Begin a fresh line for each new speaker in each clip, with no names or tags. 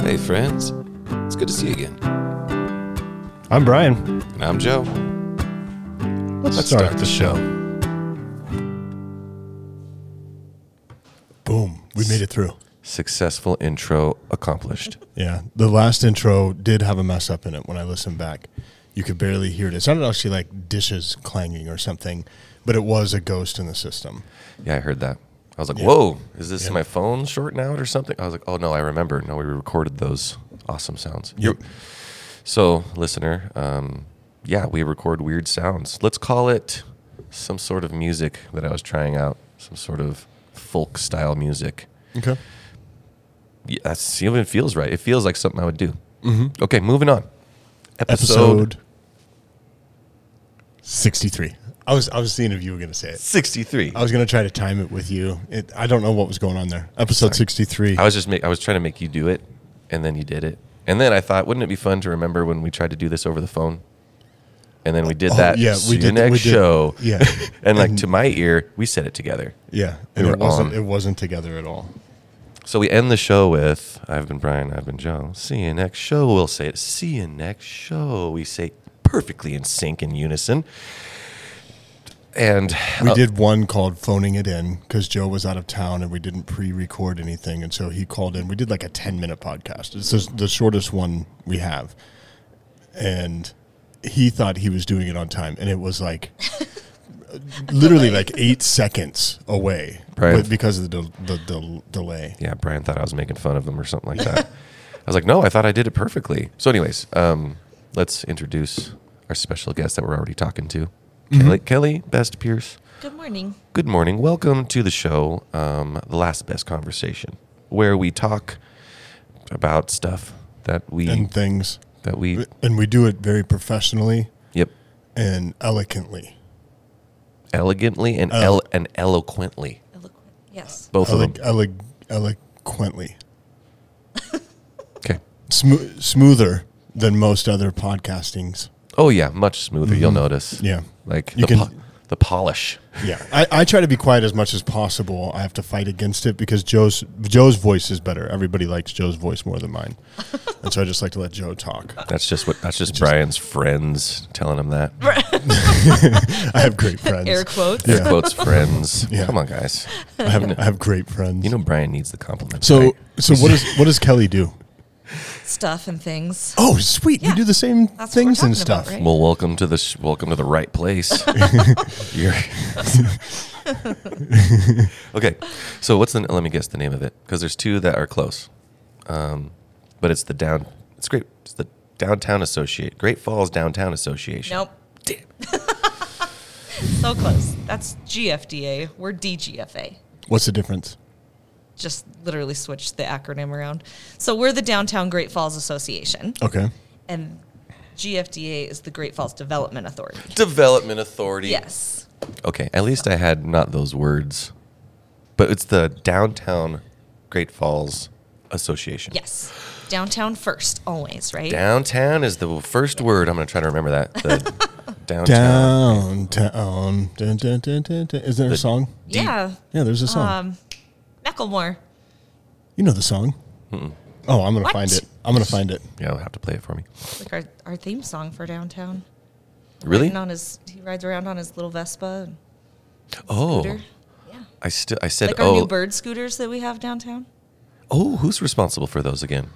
Hey, friends. It's good to see you again.
I'm Brian.
And I'm Joe.
Let's,
start the
Boom. We made it through.
Successful intro accomplished.
Yeah. The last intro did have a mess up in it when I listened back. You could barely hear it. It sounded actually like dishes clanging or something, but it was a ghost in the system.
Yeah, I heard that. I was like,
Yeah.
whoa, is this
Yeah.
my phone shorting out or something? I was like, oh no, I remember. No, we recorded those awesome sounds.
Yep.
So, listener, um, yeah, we record weird sounds. Let's call it some sort of music that I was trying out, some sort of folk style music.
Okay.
Yeah, that's even feels right. It feels like something I would do. Mm-hmm. Okay, moving on.
Episode 63. I was I was seeing if you were going to say it.
63.
I was going to try to time it with you. It, I don't know what was going on there. Episode 63.
I was just make, I was trying to make you do it, and then you did it, and then I thought, wouldn't it be fun to remember when we tried to do this over the phone, and then we did
Oh,
that.
yeah,
See
we
you
did-
next
we did-
show.
yeah.
and like
And-
to my ear, we said it together.
yeah.
We
And
were
it wasn't
on.
it wasn't together at all.
So we end the show with, "I've been Brian, I've been Joe. See you next show." We'll say it. See you next show. We say perfectly in sync in unison. And
We
uh,
did one called phoning it in because Joe was out of town and we didn't pre-record anything, and so he called in. We did like a ten-minute podcast. It's the, the shortest one we have, and he thought he was doing it on time, and it was like literally like eight seconds away,
Right.
but because of the, del- the, del delay.
yeah, Brian thought I was making fun of him or something like that. I was like, no, I thought I did it perfectly. So, anyways, um, let's introduce our special guest that we're already talking to,
Mm-hmm.
Kelly, Kelly Best Pierce.
Good morning.
Good morning. Welcome to the show, um, The Last Best Conversation, where we talk about stuff that we,
and things,
that we,
and we do it very professionally
yep,
and eloquently.
elegantly
Oh.
and, el- and eloquently.
Eloquent. Yes.
Both of
Ele-
them.
ele- eloquently.
Okay.
Smo- smoother than most other podcastings.
Oh, yeah, much smoother. You'll notice.
Mm-hmm. Yeah.
Like
You
the,
can-
po- the polish.
Yeah, I, I try to be quiet as much as possible. I have to fight against it because Joe's Joe's voice is better. Everybody likes Joe's voice more than mine, and so I just like to let Joe talk.
That's just what, that's just Brian's friends telling him that.
I have great friends.
Air quotes.
Air
Yeah.
quotes friends.
Yeah.
Come on, guys.
I have I have great friends.
You know Brian needs the compliments.
so
right?
so what does what does Kelly do?
Stuff and things.
Oh, sweet! You
Yeah.
do the same
That's what
things
we're
and
talking about,
stuff.
right?
well, welcome to this. Welcome to the right place. You're okay. So what's the? Let me guess the name of it because there's two that are close, um, but it's the down. It's great. It's the downtown associate. Great Falls Downtown Association.
Nope.
Damn.
So close. That's GFDA. We're DGFA.
What's the difference?
Just literally switched the acronym around. So we're the Downtown Great Falls Association,
Okay,
and GFDA is the Great Falls Development Authority.
Development Authority.
Yes.
Okay. At least I had not those words, but it's the downtown Great Falls Association.
Yes. Downtown first, always, right?
Downtown is the first word. I'm going to try to remember that. The downtown.
downtown. Dun, dun, dun, dun, dun. Is there a song?
yeah.
Yeah, there's a song.
Um, Macklemore.
you know the song. Oh, I'm gonna
What?
find it. I'm gonna find it.
Yeah, I'll have to play it for me.
Like our, our theme song for downtown.
Really?
And on his, he rides around on his little Vespa. And
Oh,
scooter. Yeah.
I still I said
like our new
oh.
bird scooters that we have downtown.
Oh, who's responsible for those again?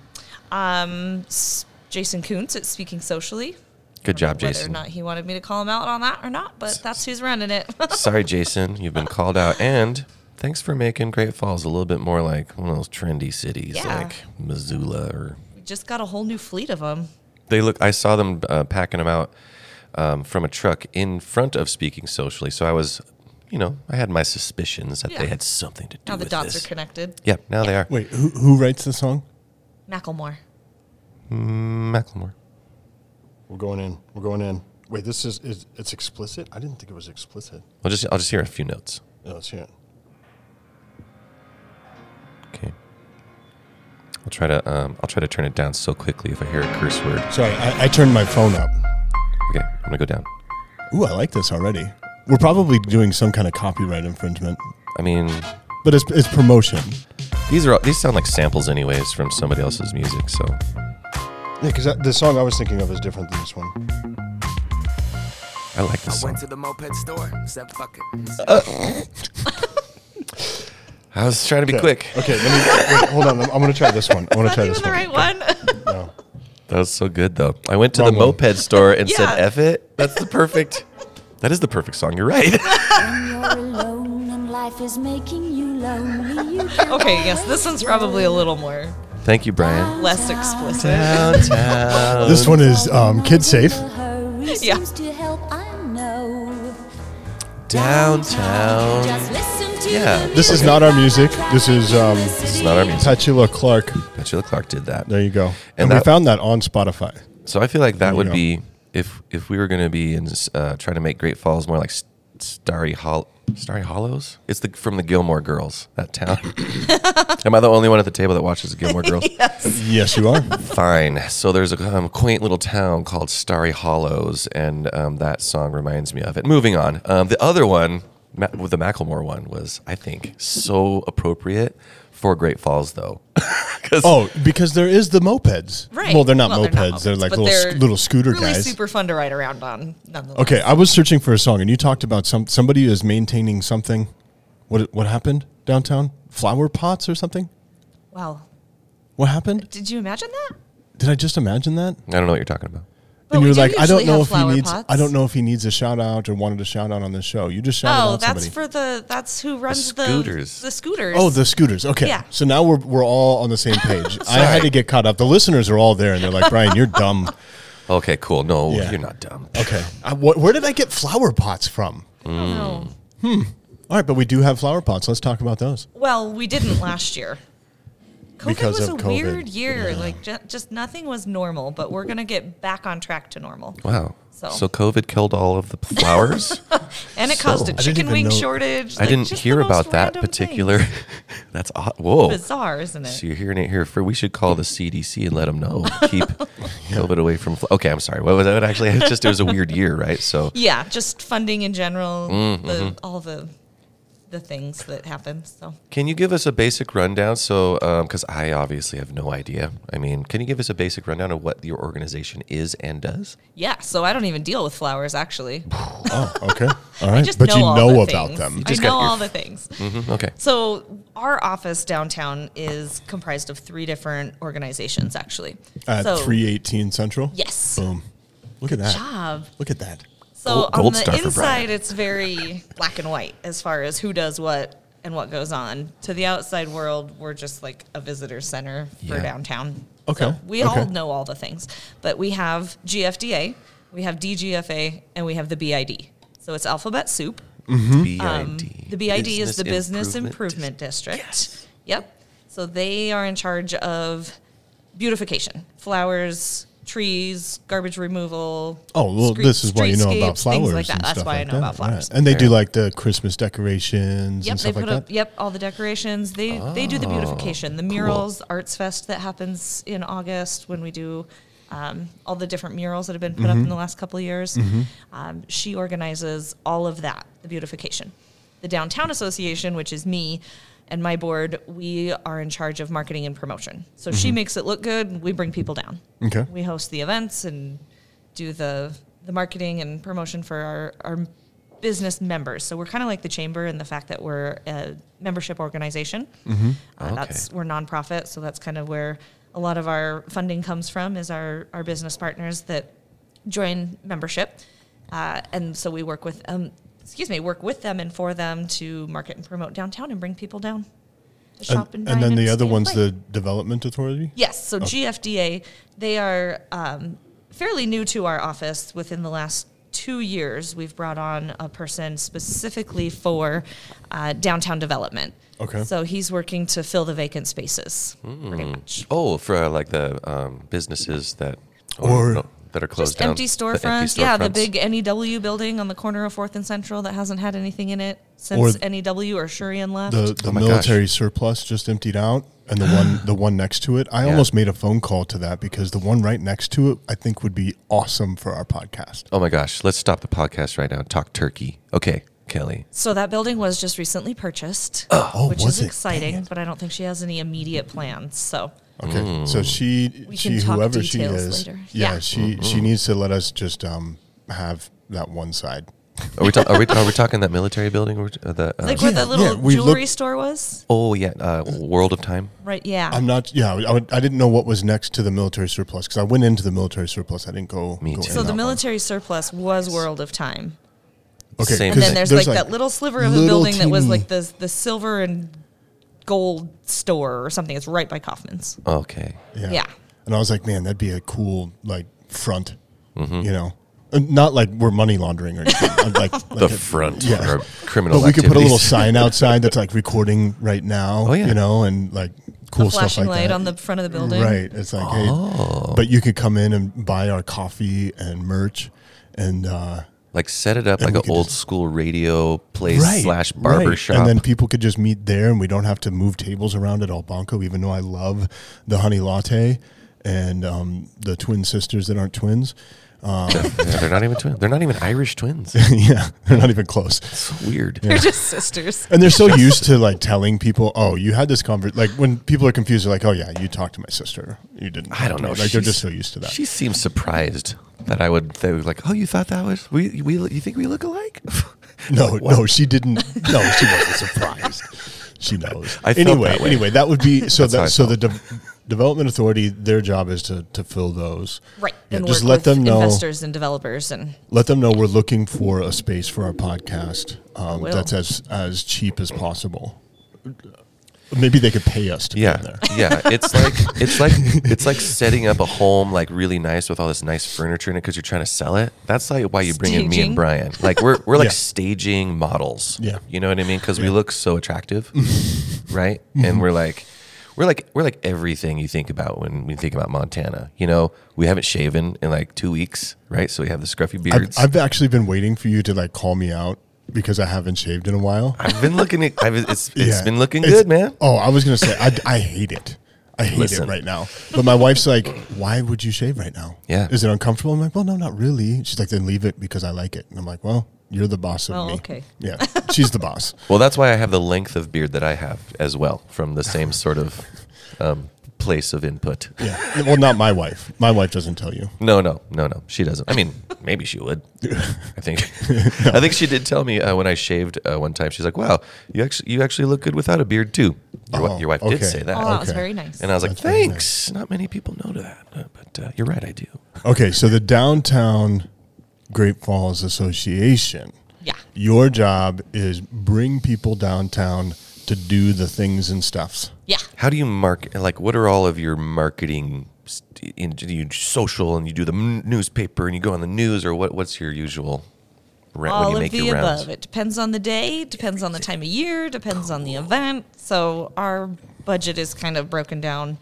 Um, S- Jason Kuntz at Speaking Socially.
Good job,
Whether or
Jason.
not he wanted me to call him out on that or not, but that's who's running it.
Sorry, Jason, you've been called out. And thanks for making Great Falls a little bit more like one of those trendy cities,
Yeah.
like Missoula or
we just got a whole new fleet of them.
They look. I saw them uh, packing them out um, from a truck in front of speaking socially. So I was, you know, I had my suspicions that they
Yeah.
had something to do
Now the
with
dots
this.
are connected.
Yeah, now they are.
Wait, who who writes the song?
Macklemore.
Macklemore.
We're going in. We're going in. Wait, this is, is it's explicit? I didn't think it was explicit.
I'll just I'll just hear a few notes.
Yeah, let's hear it.
Okay. I'll try to um, I'll try to turn it down so quickly if I hear a curse word.
Sorry, I, I turned my phone up.
Okay, I'm gonna go down.
Ooh, I like this already. We're probably doing some kind of copyright infringement,
I mean,
but it's, it's promotion.
These are all, these sound like samples, anyways, from somebody else's music. So
Yeah, because the song I was thinking of is different than this one.
I like
I
this song.
went to the moped store, said fuck it.
I was trying to be quick.
Okay, let me wait, hold on. I'm, I'm gonna try this one. I want to try
Not
this
even the
one.
right one.
No.
That was so good, though. I went to
Wrong
the
one.
moped store and
Yeah.
said "F it." That's the perfect. that is the perfect song. You're right.
You're alone and life is making you lonely. You can
okay, yes, this one's probably a little more
Thank you, Brian.
less explicit.
Downtown.
This one is um, "Kid Safe."
Hurry
Yeah.
seems to help, I know.
Downtown.
Just listen to
Yeah.
the
This is
music.
not our music. This is um,
It's not our music.
Tachila Clark.
Petula Clark did that.
There you go.
And
And,
that-
we found that on Spotify.
So I feel like that
you
would
go.
be if if we were going to be in uh, trying to make Great Falls more like S- Starry Hol- Starry Hollows. It's the from the Gilmore Girls that town. Am I the only one at the table that watches the Gilmore Girls?
Yes, you are.
Fine. So there's a um, quaint little town called Starry Hollows, and um, that song reminds me of it. Moving on. Um, the other one, Ma- with the Macklemore one, was I think so appropriate for Great Falls though. 'Cause-
oh, because there is the mopeds.
Right.
Well, they're not
Well,
mopeds. They're, like
but
little
they're
sc- little scooter
really
guys.
super fun to ride around on, nonetheless.
Okay, I was searching for a song, and you talked about some somebody is maintaining something. What what happened downtown? Flower pots or something?
Wow.
What happened?
Did you imagine that?
Did I just imagine that?
I don't know what you're talking about.
But
and
we
you're
do
like, I
usually
don't know
have
if he
flower
needs.
pots.
I don't know if he needs a shout out or wanted a shout out on this show. You just shouted
Oh,
out
that's
somebody.
for the that's who runs the
scooters.
The scooters.
Oh, the scooters. Okay.
Yeah.
So now we're, we're all on the same page. I had to get caught up. The listeners are all there, and they're like, Brian, you're dumb.
Okay, cool. No,
Yeah.
you're not dumb.
Okay. I, wh- where did I get flower pots from?
I don't know.
All right, but we do have flower pots. Let's talk about those.
Well, we didn't last year. COVID
Because
was
of
a
COVID.
weird year. Like ju- just nothing was normal, but we're gonna get back on track to normal.
Wow. So.
So-
COVID killed all of the flowers.
And it caused
So- I
a
didn't
chicken
even
wing
know-
shortage.
I
like,
didn't
just
hear
the most
about that
random thing.
particular. That's odd. Whoa.
Bizarre, isn't it?
So you're hearing it here for. We should call the CDC and let them know. Keep COVID away from. Fl- okay, I'm sorry. What was that? Actually, it's just it was a weird year, right? So
yeah, just funding in general,
Mm, mm-hmm.
the, all the the things that happen. So
Can you give us a basic rundown? So, because I obviously have no idea. I mean, can you give us a basic rundown of what your organization is and does?
yeah, so I don't even deal with flowers actually.
Oh, okay. All right.
Just
But you
all
know
the
about
things.
them.
just
I know
got your-
all the things.
Mm, Okay.
So our office downtown is comprised of three different organizations, actually.
Uh,
At
so,
318 Central?
Yes.
Boom. Look at that.
Job.
Look at that.
Gold-
So on
gold
the
star for Brian.
inside, it's very black and white as far as who does what and what goes on. To the outside world, we're just like a visitor center for
Yeah.
downtown.
Okay,
So we
okay.
all know all the things, but we have GFDA, we have DGFA, and we have the BID. So it's Alphabet Soup.
BID.
Mm-hmm. Um, The BID is the Business
Improvement
Improvement District. Yep. So they are in charge of beautification, flowers, trees, garbage removal.
Oh, well,
scre-
this is why you know
streetscapes,
about flowers.
Things like that.
and
That's
stuff
why I
like
know
that.
about
All right.
flowers.
And they do like the Christmas decorations
Yep,
and
they
stuff
put
like
up
that. Oh.
yep all the decorations. They they do the beautification, the murals, Arts Fest that happens in August when we do um, all the different murals that have been put
Mm-hmm.
up in the last couple of years. Um, she organizes all of that, the beautification. The downtown association, which is me and my board, we are in charge of marketing and promotion. So she makes it look good. We bring people down.
Mm-hmm. Okay.
We host the events and do the the marketing and promotion for our, our business members. So we're kind of like the chamber in the fact that we're a membership organization.
Mm-hmm.
Uh, That's we're nonprofit, so that's kind of where a lot of our funding comes from is our our business partners that join membership, uh, and so we work with um, excuse me, work with them and for them to market and promote downtown and bring people down. to shop
And,
dine
and then the
stay
other
and
one's
play.
the Development Authority?
Yes. So GFDA, they are um, fairly new to our office. Within the last two years, we've brought on a person specifically for uh, downtown development.
Okay. Hmm.
So he's working to fill the vacant spaces, pretty much.
Oh, for uh, like the um, businesses that
Or-
that are closed
Just
down.
empty
The empty
storefronts. Yeah, the
storefronts.
big NEW building on the corner of Fourth and Central that hasn't had anything in it
Or
since
th-
NEW or Shurian left.
The the
Oh my gosh.
military surplus just emptied out and the one the one next to it. I almost made a phone call to that because the one right next to it I think would be awesome for our podcast.
Oh my gosh! Let's stop the podcast right now and talk turkey. Okay. Kelly.
So that building was just recently purchased,
Oh,
which
was
is
it? Dang
exciting,
it.
but I don't think she has any immediate plans. So
Okay,
Mm.
so she,
We
she,
can talk
whoever she
details
is,
later.
yeah,
Yeah.
she
Mm-hmm.
she needs to let us just um have that one side.
Are we, ta- are, we are we talking that military building? Or uh, the, uh,
like where
Yeah,
the little
yeah, we
jewelry
looked-
store was,
oh yeah, uh, World of Time.
right? Yeah.
I'm not, yeah, I, would, I didn't know what was next to the military surplus because I went into the military surplus. I didn't go.
Me
go
too.
in
so the
that one.
military surplus was World of Time,
Okay,
Same.
and
There's-
then there's, like, that little sliver of a
little
building that was
teeny-
like the the silver and gold store or something. It's right by Kaufman's.
Okay.
Yeah.
Yeah.
And I was like, man, that'd be a cool like front,
Mm-hmm.
you know, And not like we're money laundering or anything. I'd like, like
The
a-
front
yeah.
or criminal.
But we could put a little
activities.
sign outside that's like recording right now,
Oh, yeah.
you know, and like cool
a
stuff
flashing
like
light
that.
on the front of the building.
Right. It's like,
Oh.
hey, but you could come in and buy our coffee and merch and, uh,
Like set it up like
we
an
could
old
just-
school radio place slash barber
right.
shop.
And then people could just meet there and we don't have to move tables around at Albanco, even though I love the honey latte and um, the twin sisters that aren't twins.
Yeah, they're not even twins. They're not even Irish twins.
yeah, they're not even close.
It's weird.
They're just sisters.
And they're so used to like telling people, "Oh, you had this convert." Like when people are confused, they're like, "Oh yeah, you talked to my sister. You didn't."
I don't know.
Like they're
She's-
just so used to that.
She seems surprised that I would. They were like, "Oh, you thought that was we? we you think we look alike?"
no, no, she didn't. No, she wasn't surprised. She knows.
I felt
anyway,
that way.
anyway, that would be so.
how I
That, so the de- development authority, their job is to to fill those.
Right.
Yeah,
and
just
work
let
with
them know.
investors and developers and
let them know we're looking for a space for our podcast um,
will.
that's as as cheap as possible. Maybe they could pay us to be
Yeah,
there.
yeah. It's like it's like it's like setting up a home like really nice with all this nice furniture in it because you're trying to sell it. That's like why you bring in me
Staging.
and Brian. Like we're we're like
Yeah.
staging models.
Yeah.
you know what I mean? Because we look so attractive, right? And we're like. We're like we're like everything you think about when we think about Montana. You know, we haven't shaven in like two weeks, right? So we have the scruffy
I've,
beards.
I've actually been waiting for you to like call me out because I haven't shaved in a while.
I've been looking at. I've, it's it's
Yeah.
been looking
It's-
good, man.
Oh, I was gonna say I, I hate it. I hate
Listen.
it right now. But my wife's like, "Why would you shave right now?
Yeah.
is it uncomfortable?" I'm like, "Well, no, not really." She's like, "Then leave it because I like it." And I'm like, "Well, you're the boss of
Well,
me."
okay.
Yeah, she's the boss.
Well, that's why I have the length of beard that I have as well, from the same sort of um, place of input.
Yeah. Well, not my wife. My wife doesn't tell you.
No, no, no, no. She doesn't. I mean, maybe she would. I think. I think she did tell me uh, when I shaved uh, one time. She's like, "Wow, you actually you actually look good without a beard too." Your, wi-
Oh,
your wife did
okay.
say that,
oh, that
Okay.
was
uh,
very nice.
and I was like,
That's very nice.
"Thanks." Not many people know that, uh, but uh, you're right. I do.
Okay, so the downtown Great Falls Association.
yeah.
Your job is bring people downtown to do the things and stuffs.
Yeah.
How do you market? Like, what are all of your marketing? st- In, do you do social, and you do the m- newspaper, and you go on the news, or what? What's your usual rent
All
when you
of
make
the
your
above.
rounds?
It depends on the day, depends on the time of year, depends on the event. So our budget is kind of broken down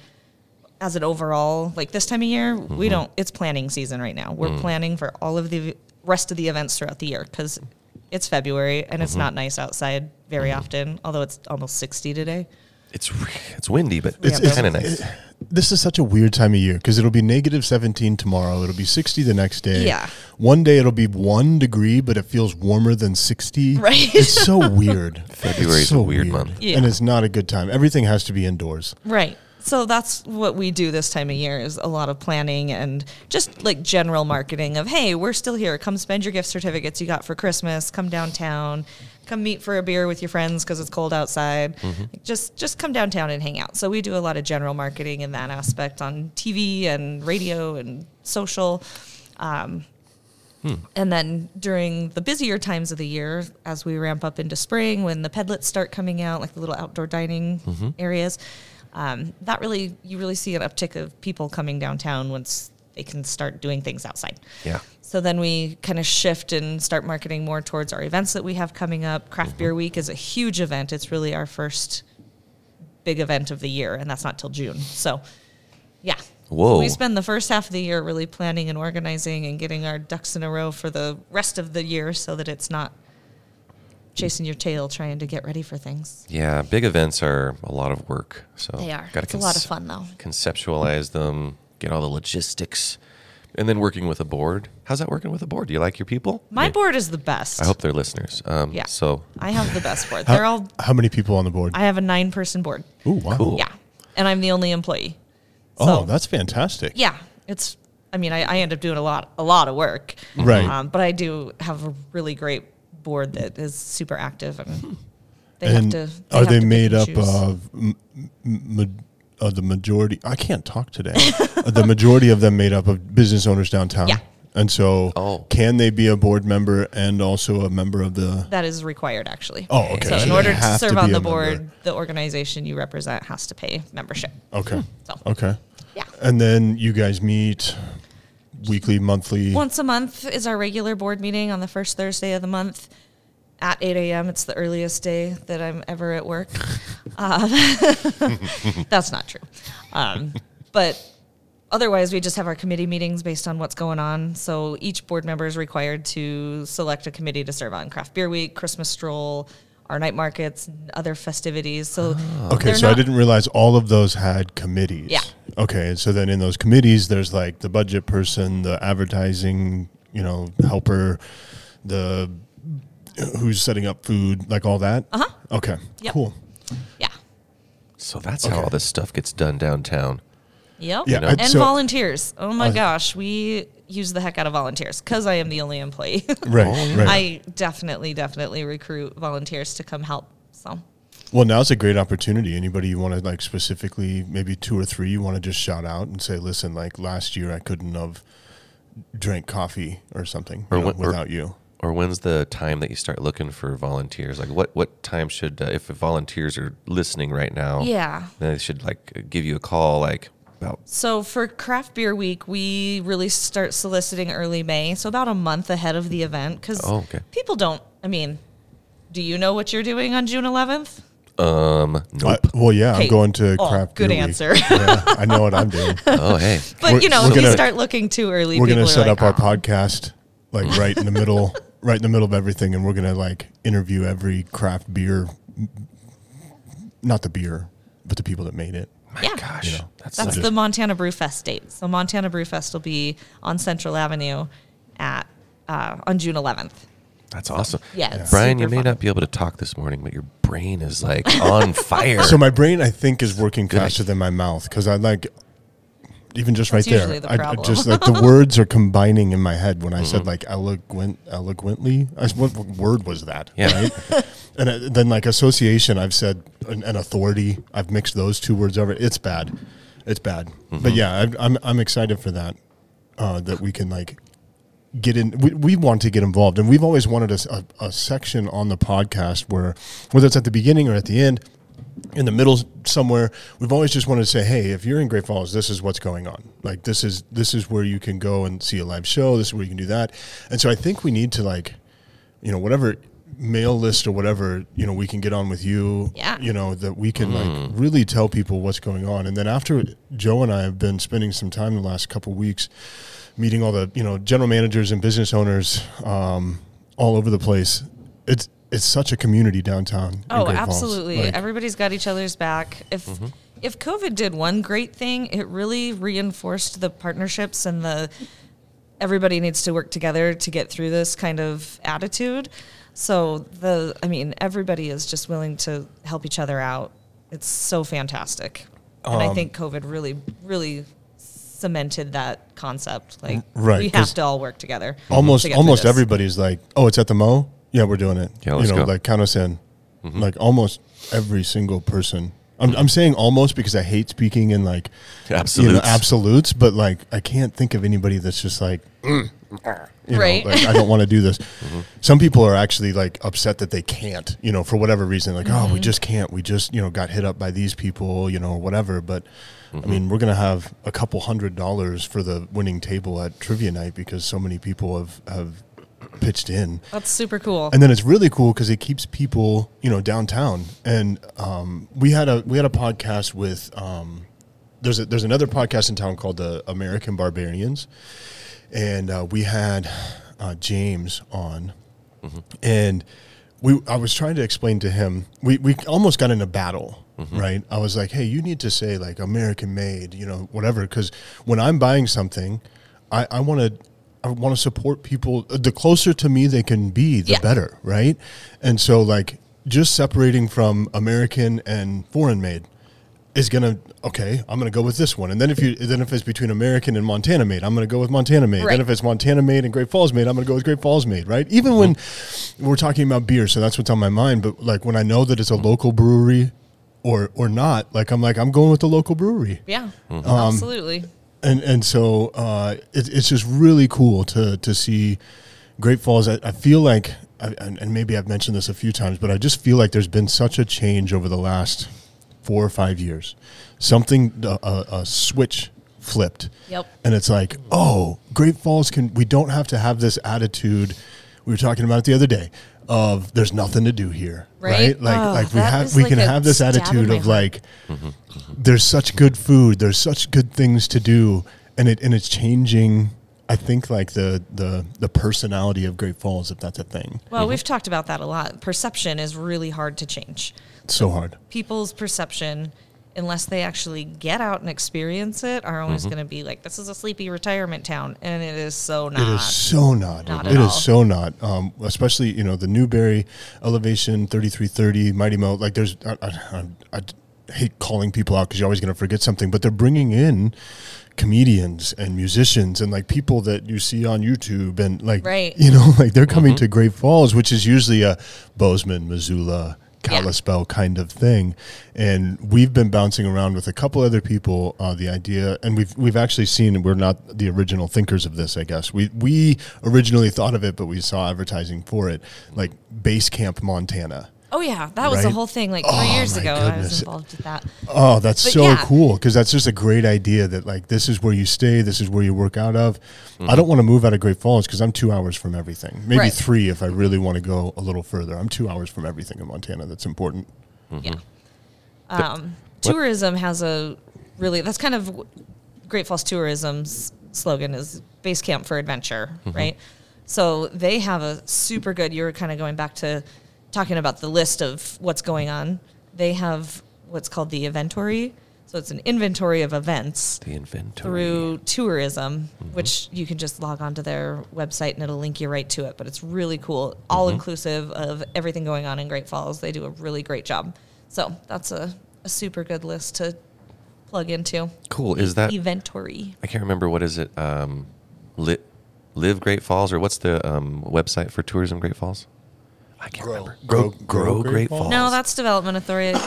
as an overall. Like this time of year,
Mm-hmm.
we don't. It's planning season right now.
Mm.
We're planning for all of the rest of the events throughout the year because it's February and
Mm-hmm.
it's not nice outside very often. Although it's almost sixty today.
It's re- it's windy, but it's
It's- it's-
kind of nice.
This is such a weird time of year because it'll be negative 17 tomorrow. It'll be 60 the next day.
Yeah.
One day it'll be one degree, but it feels warmer than 60.
Right.
It's so weird.
February's
It's so
a weird month.
Yeah.
And it's not a good time. Everything has to be indoors.
Right. So that's what we do this time of year is a lot of planning and just like general marketing of hey, we're still here. Come spend your gift certificates you got for Christmas. Come downtown. Come meet for a beer with your friends because it's cold outside. Like, Just just come downtown and hang out. So we do a lot of general marketing in that aspect on TV and radio and social. And then during the busier times of the year, as we ramp up into spring, when the pedlets start coming out, like the little outdoor dining areas, um, that really you really see an uptick of people coming downtown once they can start doing things outside.
Yeah.
So then we kind of shift and start marketing more towards our events that we have coming up. Craft Beer
Mm-hmm.
Week is a huge event. It's really our first big event of the year, and that's not till June. So, yeah.
Whoa.
We spend the first half of the year really planning and organizing and getting our ducks in a row for the rest of the year so that it's not chasing your tail trying to get ready for things.
Yeah, big events are a lot of work. So
They are.
gotta
It's a lot of fun, though.
Conceptualize them, get all the logistics, And then working with a board. How's that working with a board? Do you like your people?
My
Yeah.
board is the best.
I hope they're listeners. Um,
Yeah.
So
I have the best board.
How,
They're all.
how many people on the board?
I have a nine-person board.
Ooh, wow.
Cool.
Yeah, and I'm the only employee.
Oh,
So-
that's fantastic.
Yeah, it's. I mean, I, I end up doing a lot, a lot of work.
Right.
Um, but I do have a really great board that is super active, and they
Hmm. and
have to.
are
have
they
to pick
made
and
up
choose.
of m- m- ma- of the majority? I can't talk today. Are the majority of them made up of business owners downtown.
Yeah.
And so,
Oh.
can they be a board member and also a member of the?
That is required, actually.
Oh, okay.
So,
So
in
they
order to
have to
serve
be
on
a
the
member.
board, the organization you represent has to pay membership.
Okay.
Hmm, So-
Okay.
Yeah.
And then you guys meet weekly, monthly.
Once a month is our regular board meeting on the first Thursday of the month at 8 a.m. It's the earliest day that I'm ever at work. Uh, that's not true. Um, but otherwise, we just have our committee meetings based on what's going on. So each board member is required to select a committee to serve on Craft Beer Week, Christmas Stroll, our night markets, and other festivities. So
Okay,
they're
so I
not-
didn't realize all of those had committees.
Yeah.
Okay, and so then in those committees, there's like the budget person, the advertising, you know, helper, the who's setting up food, like all that. Uh huh. Okay.
Uh-huh. Yep.
Cool.
Yeah.
so that's how
Okay.
all this stuff gets done downtown.
Yep.
Yeah,
know?
I-
And
so-
volunteers. Oh my
I-
gosh, we use the heck out of volunteers because I am the only employee.
Right. Right.
I definitely, definitely recruit volunteers to come help. So
well, now's a great opportunity. Anybody you want to like specifically, maybe two or three, you want to just shout out and say, "Listen, like last year, I couldn't have drank coffee or something
Or
you know,
what- or-
without you."
Or when's the time that you start looking for volunteers? Like, what what time should uh, if volunteers are listening right now?
Yeah.
then they should like give you a call. Like about
So for Craft Beer Week, we really start soliciting early May, so about a month ahead of the event because
Oh, okay.
people don't. I mean, do you know what you're doing on June 11th?
um nope.
I- well, yeah, I'm
Okay.
going to
Oh,
craft.
good
beer week.
answer.
yeah, I know what I'm doing.
oh hey,
But
We're-
you know,
we're
if you
gonna-
start looking too early,
we're
people
gonna
are
set up
like,
our
"Oh."
podcast like right in the middle, right in the middle of everything, and we're gonna like interview every craft beer, not the beer, but the people that made it.
yeah.
gosh,
You know,
that's,
That's
such a-
the Montana Brew Fest date. So Montana Brew Fest will be on Central Avenue at uh, on June 11th.
that's awesome.
Yeah, it's
Brian, you
super
may
fun.
not be able to talk this morning, but your brain is like on fire.
So my brain, I think, is working faster than my mouth because I like. Even just
That's
right
usually
there,
the
I- I
problem.
just like the words are combining in my head when I said like eloquent, eloquently. I, s- what word was that?
Yeah.
Right? and I, then like association, I've said and, and authority. I've mixed those two words over. It's bad. It's bad. But yeah, I, I'm I'm excited for that. Uh, that we can like get in we, we want to get involved and we've always wanted a, s- a- a section on the podcast where whether it's at the beginning or at the end in the middle somewhere we've always just wanted to say hey if you're in great falls this is what's going on like this is this is where you can go and see a live show this is where you can do that and so i think we need to like you know whatever mail list or whatever you know we can get on with you
Yeah.
you know that we can like really tell people what's going on and then after joe and i have been spending some time the last couple weeks meeting all the you know general managers and business owners um, all over the place it's it's such a community downtown in
Oh,
Great Falls.
absolutely.
Like, Mm-hmm.
Everybody's got each other's back. If if COVID did one great thing, it really reinforced the partnerships and the everybody needs to work together to get through this kind of attitude. So the I mean, everybody is just willing to help each other out. It's so fantastic. and
Um,
I think COVID really really cemented that concept. Like
Right,
we
'cause
have to all work together.
Mm-hmm.
almost
to get through
almost
this.
everybody's like oh it's at the mo yeah we're doing it
Yeah, let's
you know
go. Mm-hmm.
like count us in like almost every single person I'm, I'm saying almost because i hate speaking in like you know,
Absolutes.
absolutes but like i can't think of anybody that's just like you know,
Right.
like, I don't want to do this. Some people are actually like upset that they can't, you know, for whatever reason. Like, oh, we just can't. We just, you know, got hit up by these people, you know, or whatever. But I mean, we're gonna have a couple hundred dollars for the winning table at trivia night because so many people have have pitched in.
That's super cool.
And then it's really cool because it keeps people, you know, downtown. And um, we had a we had a podcast with um, there's a, there's another podcast in town called the American Barbarians, and uh, we had uh, James on, and we I was trying to explain to him we we almost got in a battle. Right, I was like, "Hey, you need to say like American made, you know, whatever." Because when I'm buying something, I, I want to I want to support people. uh, The closer to me they can be, the
Yeah.
better, right? And so, like, just separating from American and foreign made is gonna okay. I'm gonna go with this one, and then if you then if it's between American and Montana made, I'm gonna go with Montana made.
Right.
Then if it's Montana made and Great Falls made, I'm gonna go with Great Falls made. Right? Even when we're talking about beer, so that's what's on my mind. But like when I know that it's a local brewery or or not, like I'm like I'm going with the local brewery
Yeah,
Mm-hmm.
absolutely.
and and so uh, it, it's just really cool to to see Great Falls. I, I feel like, I, and, and maybe I've mentioned this a few times, but I just feel like there's been such a change over the last four or five years. Something a, a, a switch flipped.
Yep.
And it's like, oh, Great Falls can. We don't have to have this attitude. We were talking about it the other day of there's nothing to do here,
Right?
Like,
Oh,
like we
that
have
is
we
like
can
a
have this
stab in
attitude
my
of
heart.
like there's such good food there's such good things to do and it and it's changing i think like the the the personality of great falls if that's a thing
Well, we've talked about that a lot. Perception is really hard to change.
it's so hard
People's perception, unless they actually get out and experience it, are always
Mm-hmm.
going to be like, "This is a sleepy retirement town," and it is so not.
It is so not.
Not
It
at
is
all.
so not. Um, especially you know the Newberry Elevation, thirty three thirty, Mighty Mo. Like there's, I, I, I, I hate calling people out because you're always going to forget something. But they're bringing in comedians and musicians and like people that you see on YouTube and like
Right.
you know like they're coming to Great Falls, which is usually a Bozeman, Missoula.
Yeah.
Kalispell kind of thing, and we've been bouncing around with a couple other people uh, the idea, and we've we've actually seen we're not the original thinkers of this. I guess we we originally thought of it, but we saw advertising for it, like Base Camp Montana.
Oh yeah, that was the
Right?
whole thing. Like three
Oh,
years
my
ago, I
goodness.
was involved with that.
Oh, that's
But
so cool.
yeah.
'Cause cool because that's just a great idea. That like this is where you stay, this is where you work out of. I
Mm-hmm.
don't want to move out of Great Falls because I'm two hours from everything. Maybe
Right.
three if I really want to go a little further. I'm two hours from everything in Montana. That's important.
Yeah. Um, tourism has a really that's kind of Great Falls Tourism's slogan is base camp for adventure, right? So they have a super good. You're kind of going back to talking about the list of what's going on. They have what's called the inventory. So it's an inventory of events
The inventory.
through tourism,
Mm-hmm.
which you can just log onto their website and it'll link you right to it. But it's really
Mm-hmm.
cool, all inclusive of everything going on in Great Falls. They do a really great job. So that's a, a super good list to plug into.
Cool. Is that
Eventory.
I can't remember what is it. Um, li- Live Great Falls, or what's the um, website for tourism Great Falls? I can't
Grow.
remember.
Grow-
Grow,
Grow
grow,
Great
Great,
Falls?
Falls.
No, that's Development Authority.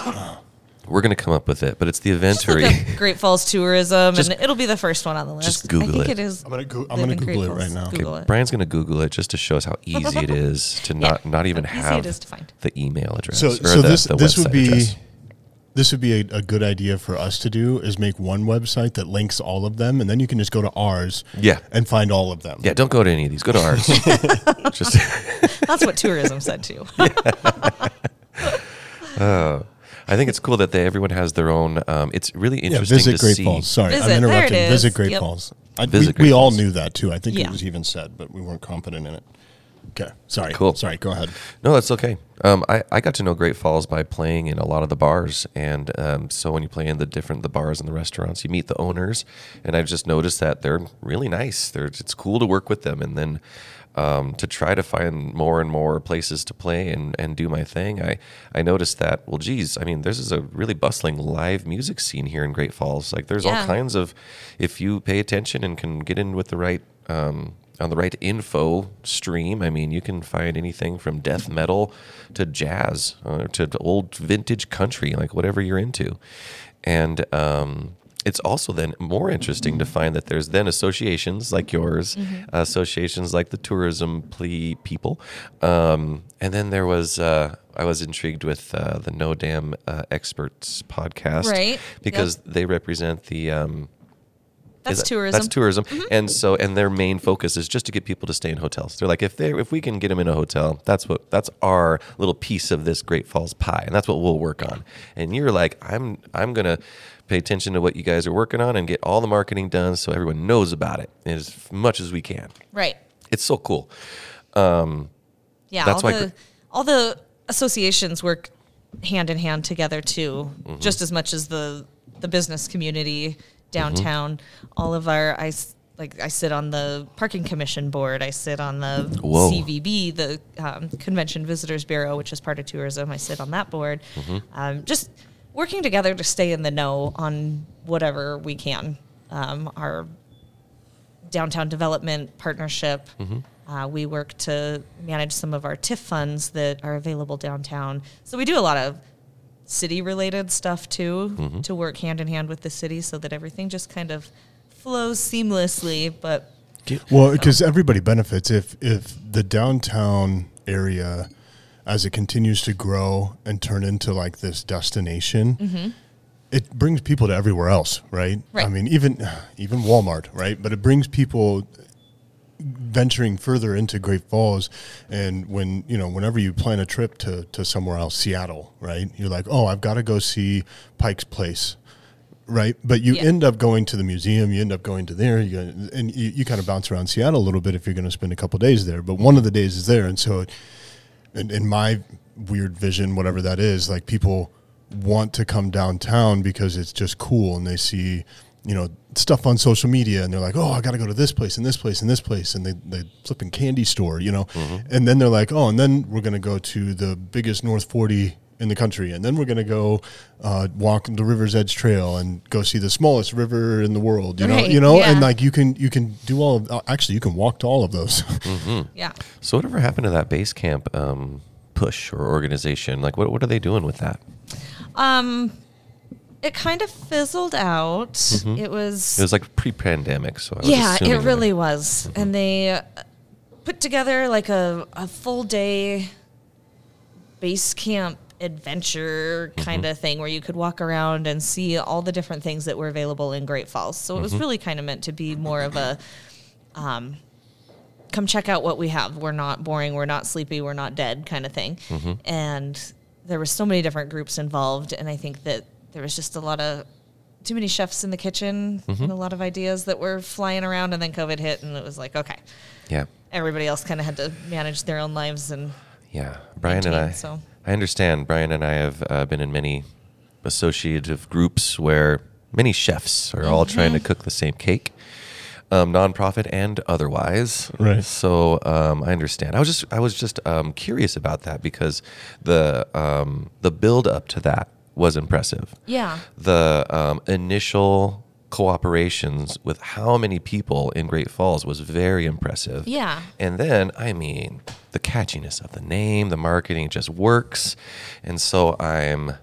we're gonna come up with it, but it's the
Just look
inventory.
up Great Falls Tourism,
Just-
and it'll be the first one on the list.
just
I
Google
think
it.
it is.
I'm gonna go- I'm
Live
gonna
in Great
Google it right
Falls.
now. Okay,
Google it.
Brian's gonna Google it just to show us how easy it is to not
Yeah,
not even
how easy
have
it is to find.
the email address.
So,
or
so
the,
this
the
this would
website
be
address.
this would be a, a good idea for us to do is make one website that links all of them, and then you can just go to ours,
Yeah.
and find all of them.
Yeah, don't go to any of these. Go to ours. just
That's what tourism said too.
I think it's cool that they everyone has their own. Um, it's really
Yeah,
interesting
visit
to
Great
see.
Falls. Sorry,
Visit,
I'm
there it
interrupting.
is.
Visit Great
Yep.
Falls. I,
Visit
we, we
Great
all
Falls.
knew that too. I think it
Yeah.
was even said, but we weren't confident in it. Okay, sorry.
Cool.
Sorry. Go ahead.
No, that's okay. Um, I, I got to know Great Falls by playing in a lot of the bars, and um, so when you play in the different the bars and the restaurants, you meet the owners, and I've just noticed that they're really nice. They're it's cool to work with them, and then um, to try to find more and more places to play and, and do my thing. I I noticed that. Well, geez, I mean, this is a really bustling live music scene here in Great Falls. Like, there's
Yeah.
all kinds of if you pay attention and can get in with the right um, on the right info stream. I mean, you can find anything from death metal to jazz uh, to to old vintage country, like whatever you're into. And um, it's also then more interesting to find that there's then associations like yours, associations like the tourism plea people. Um, and then there was, uh, I was intrigued with uh, the No Dam uh, Experts podcast.
Right.
Because they represent the. Um,
That's
is it-
tourism. Mm-hmm.
That's tourism. And so, and their main focus is just to get people to stay in hotels. They're like, if they if we can get them in a hotel, that's what that's our little piece of this Great Falls pie, and that's what we'll work on. And you're like, I'm I'm gonna pay attention to what you guys are working on and get all the marketing done so everyone knows about it as much as we can.
Right.
It's so cool.
Yeah,
That's
all
why
the
gr-
all the associations work hand in hand together too,
Mm-hmm. Mm-hmm.
just as much as the the business community downtown. All of our I s- like I sit on the parking commission board. I sit on the
Whoa.
CVB, the um, Convention Visitors Bureau, which is part of tourism. I sit on that board.
Mm-hmm.
Um, just working together to stay in the know on whatever we can. Um, our downtown development partnership. Uh, we work to manage some of our TIF funds that are available downtown. So we do a lot of city related stuff too to work hand in hand with the city so that everything just kind of flows seamlessly. But
Well, because everybody benefits if if the downtown area, as it continues to grow and turn into like this destination, it brings people to everywhere else, right? I
Right.
mean, even even Walmart, right? But it brings people venturing further into Great Falls, and when you know, whenever you plan a trip to to somewhere else, Seattle, right? You're like, oh, I've got to go see Pike's Place, right? But you
Yeah.
end up going to the museum, you end up going to there, you, and you, you kind of bounce around Seattle a little bit if you're going to spend a couple days there. But one of the days is there, and so it, in, in my weird vision, whatever that is, like people want to come downtown because it's just cool and they see, you know, stuff on social media and they're like, oh, I got to go to this place and this place and this place. And they, they flipping candy store, you know, and then they're like, oh, and then we're going to go to the biggest North 40 in the country. And then we're going to go uh, walk the river's edge trail and go see the smallest river in the world, you know,
Right,
you know, and
yeah.
like you can, you can do all of, uh, actually you can walk to all of those.
yeah.
So whatever happened to that base camp um, push or organization? Like, what what are they doing with that?
Um, it kind of fizzled out. It was
It was like pre-pandemic, so I was
yeah
assuming
it
that- Mm-hmm.
really was and they uh, put together like a, a full day base camp adventure
Mm-hmm.
kind of thing where you could walk around and see all the different things that were available in great falls so it was
Mm-hmm.
really kind of meant to be more of a um, come check out what we have we're not boring we're not sleepy we're not dead kind of thing and there were so many different groups involved and i think that there was just a lot of too many chefs in the kitchen and a lot of ideas that were flying around and then covid hit and it was like okay
yeah,
everybody else kind of had to manage their own lives and
yeah. Brian and I,
Maintained, so.
I understand. Brian and I have uh, been in many associative groups where many chefs are all trying to cook the same cake, um, nonprofit and otherwise.
Right.
So um, I understand. I was just I was just um, curious about that because the um, the build up to that was impressive.
yeah
the um, initial cooperations with how many people in Great Falls was very impressive.
Yeah.
And then, I mean, the catchiness of the name, the marketing it just works. And so I'm,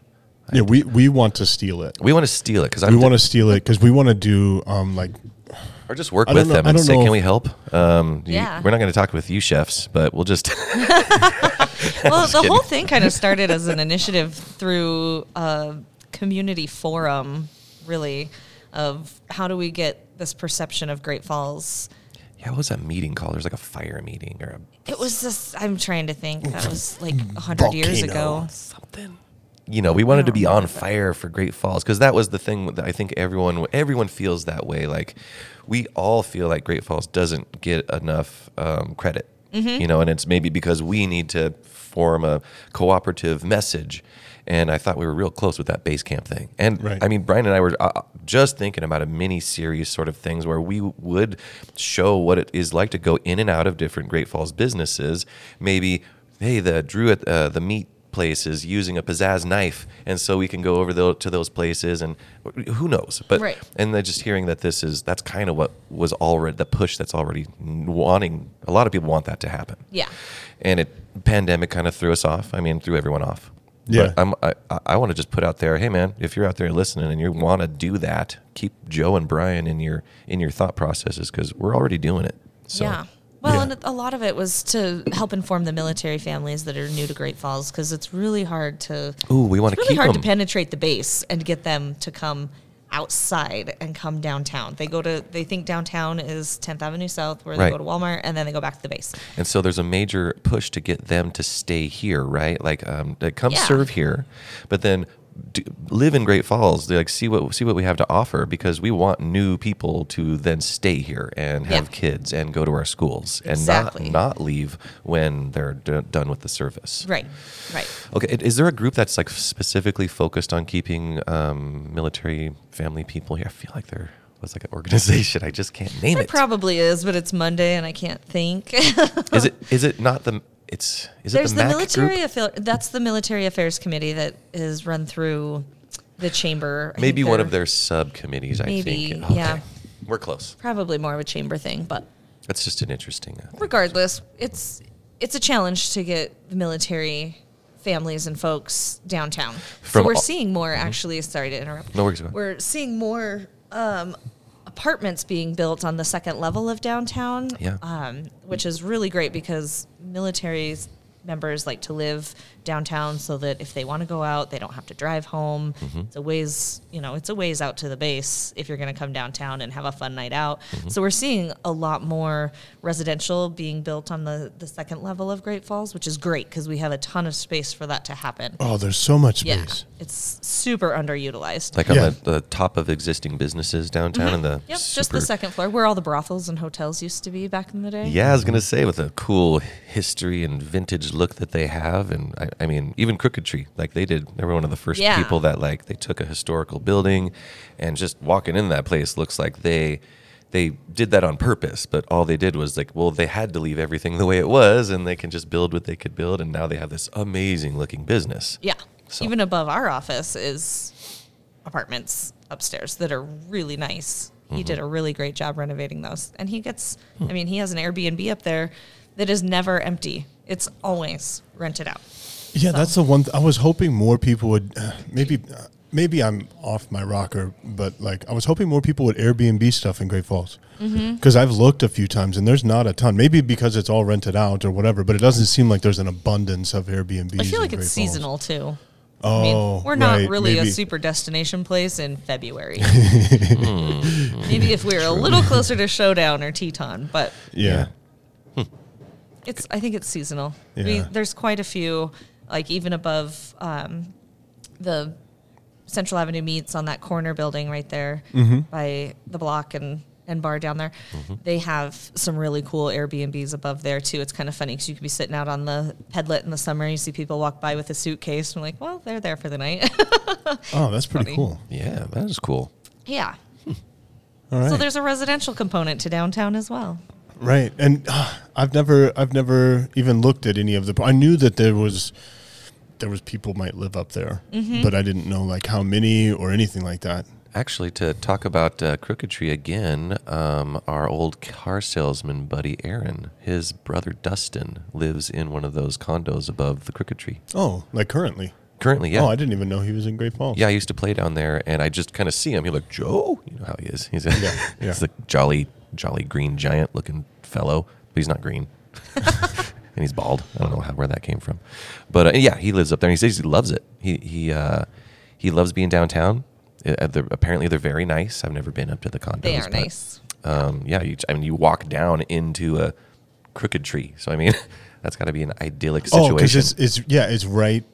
yeah. We, we want to steal it.
we want to steal it because I
we want to steal it because we want to do um like
or just work
I don't
with
know-
them
I
and
don't
say,
know
can
if-
we help? Um, you-
Yeah.
We're not going to talk with you chefs, but we'll just,
well the
kidding.
whole thing kind of started as an initiative through a community forum really of how do we get this perception of great falls
yeah, what was that meeting called? There's like a fire meeting or a,
it was just i'm trying to think that was like 100 years
Volcano.
ago
something. You know, we wanted to be on fire for Great Falls because that was the thing that I think everyone everyone feels that way. Like we all feel like Great Falls doesn't get enough um, credit, you know, and it's maybe because we need to form a cooperative message. And I thought we were real close with that base camp thing. And
Right.
I mean, Brian and I were uh, just thinking about a mini series sort of things where we would show what it is like to go in and out of different Great Falls businesses. Maybe, hey, the Drew at uh, the meat place is using a pizzazz knife, and so we can go over tho- to those places, and who knows? But
Right.
and then just hearing that this is that's kind of what was already the push that's already wanting. A lot of people want that to happen.
Yeah.
and it pandemic kind of threw us off. I mean, threw everyone off.
Yeah.
But I'm, I, I- I want to just put out there, hey man, if you're out there listening and you want to do that, keep Joe and Brian in your in your thought processes because we're already doing it. So,
yeah. Well,
Yeah.
and a lot of it was to help inform the military families that are new to Great Falls because it's really hard to.
Ooh, we wanna
It's really
keep
hard
'em.
to penetrate the base and get them to come outside and come downtown. They go to they think downtown is 10th Avenue South where
Right.
they go to Walmart and then they go back to the base.
And so there's a major push to get them to stay here, right? Like, um, to come
Yeah.
serve here, but then do, live in Great Falls. They, Like, see what see what we have to offer because we want new people to then stay here and have
Yeah.
kids and go to our schools
Exactly.
and not not leave when they're d- done with the service.
Right. Right.
Okay, i- is there a group that's like specifically focused on keeping um, military family people here? I feel like there It's like an organization. I just can't name
It
it.
probably is, but it's Monday and I can't think.
is it is it not the it's is
There's
it
the,
the, Mac
military uh,
Group?
affair. That's the military affairs committee that is run through the chamber. I
Maybe
think
one
they're
of their subcommittees. I
Maybe,
think. Okay.
yeah.
We're close.
probably more of a chamber thing, but
That's just an interesting. Uh, thing.
regardless, it's it's a challenge to get the military families and folks downtown.
From
so we're
all-
seeing more actually. Sorry to interrupt.
No worries, go ahead.
We're seeing more um, apartments being built on the second level of downtown.
Yeah.
Um, which is really great because military members like to live downtown so that if they want to go out, they don't have to drive home. It's a ways, you know, it's a ways out to the base if you're going to come downtown and have a fun night out. So we're seeing a lot more residential being built on the, the second level of Great Falls, which is great because we have a ton of space for that to happen.
Oh, there's so much
Yeah.
space.
It's super underutilized.
Like on
Yeah.
the, the top of existing businesses downtown and the
Mm-hmm. Yep, just the
super-
second floor where all the brothels and hotels used to be back in the day.
Yeah, I was gonna say with the cool history and vintage look that they have, and I, I mean even Crooked Tree, like they did. They were one of the first
Yeah.
people that like they took a historical building, and just walking into that place looks like they they did that on purpose. But all they did was like, well, they had to leave everything the way it was, and they can just build what they could build, and now they have this amazing looking business.
Yeah.
So-
Even above our office is apartments upstairs that are really nice.
Mm-hmm.
He did a really great job renovating those. And he gets,
Hmm.
I mean, he has an Airbnb up there that is never empty, it's always rented out.
Yeah, that's the one. Th- I was hoping more people would uh, maybe. Maybe I'm off my rocker, but like I was hoping more people would Airbnb stuff in Great Falls because
Mm-hmm.
I've looked a few times and there's not a ton. Maybe because it's all rented out or whatever, but it doesn't seem like there's an abundance of Airbnbs.
I feel like
in Great
it's
Falls.
seasonal too.
Oh,
I mean, we're not
right,
really
maybe.
a super destination place in February. Maybe if we were a little closer to Showdown or Teton, but
Yeah,
It's. I think it's seasonal. We,
Yeah.
there's quite a few, like even above um, the Central Avenue meets on that corner building right there
Mm-hmm.
by the block and and bar down there. They have some really cool Airbnbs above there too. It's kind of funny because you could be sitting out on the pedlet in the summer. You see people walk by with a suitcase. and like, well, they're there for the night.
Oh, that's pretty
Funny.
cool.
yeah, that is cool.
yeah.
All right,
So there's a residential component to downtown as well.
right, and uh, I've never, I've never even looked at any of the. I knew that there was, there was people might live up there, but I didn't know like how many or anything like that.
Actually, to talk about uh, Crooked Tree again, um, our old car salesman buddy Aaron, his brother Dustin lives in one of those condos above the Crooked Tree.
Oh, like currently.
Currently, yeah.
Oh, I didn't even know he was in Great Falls.
yeah, I used to play down there, and I just kind of see him. He like Joe, you know how he is. He's a,
yeah.
he's a jolly, jolly green giant looking fellow, but he's not green, and he's bald. I don't know how, where that came from, but uh, yeah, he lives up there, and he says he loves it. He he uh, he loves being downtown. Uh, they're, apparently, they're very nice. I've never been up to the condos.
They are
but,
nice.
Um, yeah, you, I mean, you walk down into a crooked tree, so I mean, that's got to be an idyllic
Oh,
situation.
because it's, it's yeah, it's right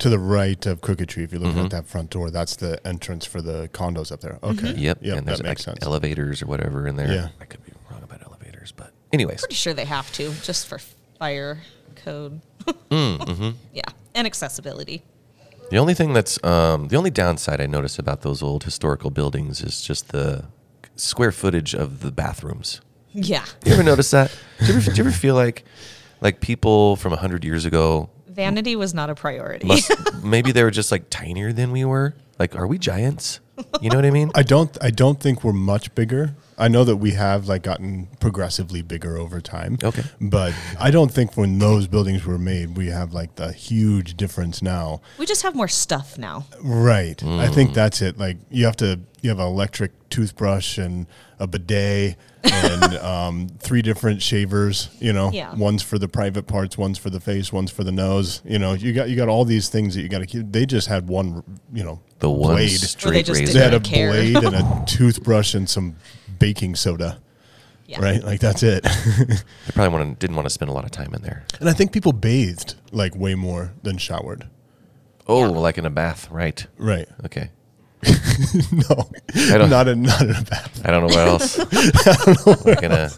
to the right of Crooked Tree. If you're looking
Mm-hmm.
at that front door, that's the entrance for the condos up there. Okay.
Yep.
Yep.
and there's
that makes
like
sense.
elevators or whatever in there.
Yeah.
I could be wrong about elevators, but anyways.
Pretty sure they have to just for fire code.
Mm, mm-hmm.
yeah, and accessibility.
The only thing that's um, the only downside I notice about those old historical buildings is just the square footage of the bathrooms.
Yeah.
You ever notice that? Do you ever, do you ever feel like like people from hundred years ago
Vanity was not a priority.
must maybe they were just like tinier than we were? Like, are we giants? You know what I mean?
I don't. I don't think we're much bigger. I know that we have like gotten progressively bigger over time.
Okay.
But I don't think when those buildings were made, we have like the huge difference now.
we just have more stuff now.
Right. I
Mm.
think that's it. Like you have to you have an electric toothbrush and a bidet and um, three different shavers, you know.
Yeah.
One's for the private parts, one's for the face, one's for the nose. You know, you got you got all these things that you gotta keep they just had one you know
The one
blade.
straight
just
razor.
They had a
Didn't care.
blade and a toothbrush and some baking soda.
Yeah.
Right? Like that's it.
They probably wanna, didn't want to spend a lot of time in there.
and I think people bathed like way more than showered.
Oh, like in a bath, right?
Right.
Okay.
No.
don't-
Not in not in a bath.
I don't know what else. We're gonna.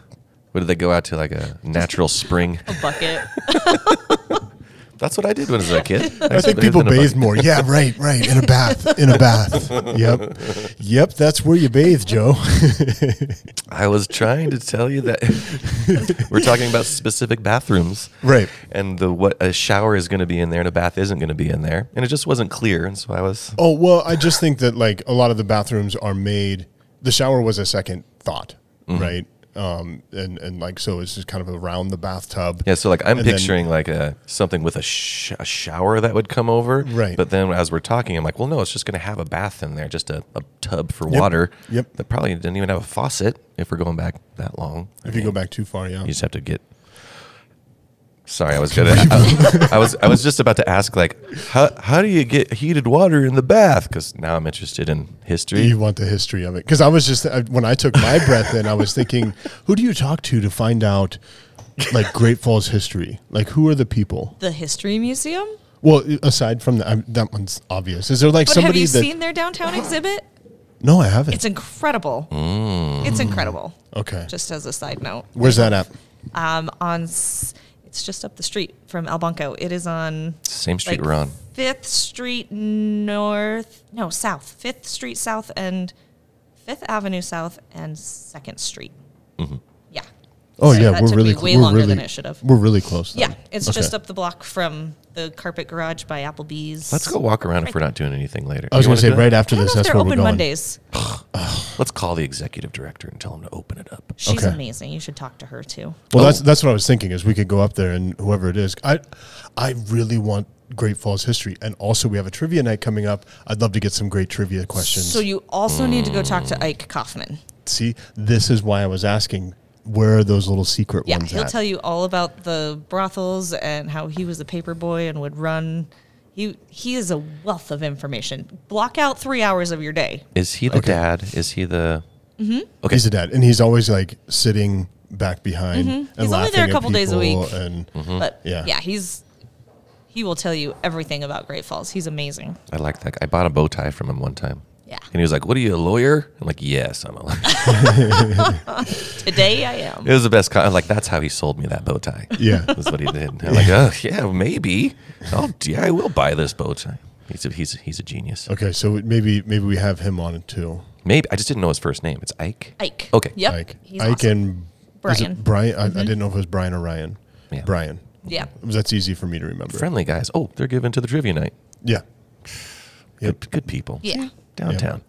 What did they go out to like a natural spring?
A bucket.
That's what I did when I was a kid.
I think people bathe more. Yeah, right, right. In a bath. In a bath. Yep. Yep, that's where you bathe, Joe.
I was trying to tell you that we're talking about specific bathrooms,
Right.
And the what a shower is going to be in there and a bath isn't going to be in there, and it just wasn't clear, and so I was
Oh well, I just think that like a lot of the bathrooms are made. The shower was a second thought,
Mm-hmm.
right? Um, and and like so, it's just kind of around the bathtub.
yeah. So like I'm
And then-
picturing like a something with a, sh- a shower that would come over,
Right.
But then as we're talking, I'm like, well, no, it's just going to have a bath in there, just a, a tub for
Yep.
water.
Yep.
That probably didn't even have a faucet if we're going back that long.
If you go back too far, yeah.
You just have to get. Sorry, I was gonna. I, I was I was just about to ask like, how how do you get heated water in the bath? Because now I'm interested in history.
You want the history of it because I was just I, when I took my breath in, I was thinking, who do you talk to to find out like Great Falls history? Like who are the people?
The History Museum?
Well, aside from that, I'm, that one's obvious. Is there like
But have
somebody
you
that?
seen their downtown exhibit?
no, I haven't.
It's incredible.
Mm.
It's incredible.
okay,
Just as a side note.
where's that at?
Um, on s- it's just up the street from El Banco. It is on
Same street
like,
we're on.
Fifth Street North, no South. Fifth Street South and Fifth Avenue South and Second Street. Yeah.
Oh
So
yeah,
that
we're
took
really
me
cl-
way
we're
longer
really,
than it should have.
We're really close. then.
Yeah, it's
Okay.
just up the block from the Carpet Garage by Applebee's.
Let's go walk around if we're not doing anything later.
I was going
You
to
wanna
say
do that?
right after
I don't
this.
know if
That's
they're
where we're
open
going.
Mondays.
Let's call the executive director and tell him to open it up.
She's
Okay.
amazing. You should talk to her too.
Well, that's that's what I was thinking. Is we could go up there and whoever it is, I, I really want Great Falls history, and also we have a trivia night coming up. I'd love to get some great trivia questions.
So you also need to go talk to Ike Kaufman.
see, this is why I was asking. Where are those little secret
Yeah,
ones
he'll
at?
tell you all about the brothels and how he was a paper boy and would run. He he is a wealth of information. Block out three hours of your day.
Is he the dad? Is he the? Okay.
He's a dad, and he's always like sitting back behind and
Mm-hmm. He's only
laughing
there a
at
couple days a
people
week.
And
Mm-hmm.
But
Hmm? Yeah.
yeah. he's he will tell you everything about Great Falls. He's amazing.
I like that. guy. I bought a bow tie from him one time.
Yeah.
And he was like, "What are you, a lawyer?" I'm like, "Yes, I'm a lawyer."
Today I am.
it was the best. Con- I'm like, that's how he sold me that bow tie.
yeah,
That's what he did. I'm like, oh yeah, maybe. I'll, yeah, I will buy this bow tie. He's a, he's a, he's a genius.
okay. So maybe maybe we have him on it too.
Maybe I just didn't know his first name. It's Ike.
Ike.
Okay.
Yep.
Ike,
He's
Ike,
awesome.
and is
Brian. Mm-hmm.
it Brian. I, I didn't know if it was Brian or Ryan.
Yeah.
Brian.
Yeah.
That's easy for me to remember.
Friendly guys. Oh, they're giving to the trivia night.
Yeah.
Good, good people.
Yeah.
Downtown.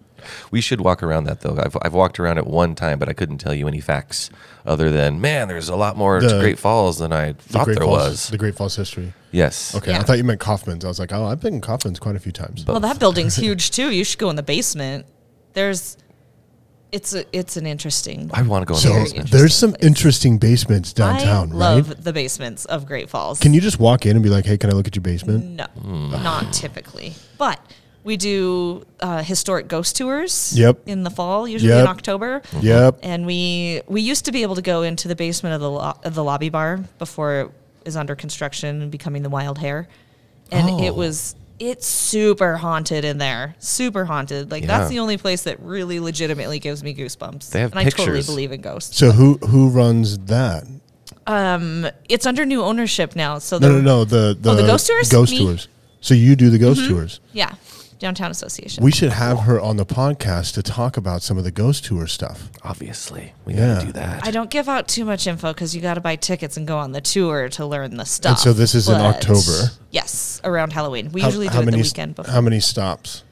We should walk around that though. I've, I've walked around it one time, but I couldn't tell you any facts other than man, there's a lot more to
The-
Great Falls than I thought there
Falls,
was.
The Great Falls history.
yes.
Okay, I
Yeah.
thought you meant Kaufman's. I was like, oh, I've been in Kaufman's quite a few times.
Well, that building's huge too. You should go in the basement. There's it's a, it's an interesting
I want to go in
so
the
very
basement.
there's
interesting
some
place.
interesting basements downtown,
I love
right?
the basements of Great Falls.
Can you just walk in and be like, hey, can I look at your basement?
No,
Hmm.
not typically. But we do uh, historic ghost tours.
Yep.
In the fall, usually
Yep.
in October.
Yep.
And we we used to be able to go into the basement of the lo- of the lobby bar before it is under construction and becoming the Wild Hare, and it
Oh.
was it's super haunted in there, super haunted. Like
Yeah.
that's the only place that really legitimately gives me goosebumps.
They have
and I totally
pictures.
believe in ghosts.
So who who runs that?
It's under new ownership now, so
No,
the-
no, no. The the,
Oh, the ghost tours?
Ghost
Me. Mm-hmm.
tours. So you do the ghost tours.
yeah, downtown association.
We should have her on the podcast to talk about some of the ghost tour stuff.
Obviously, we
Yeah.
gotta do that.
I don't give out too much info because you got to buy tickets and go on the tour to learn the stuff.
And so this is in
but-
October.
Yes, around Halloween. We usually do it
many
the
s-
weekend before.
How many stops?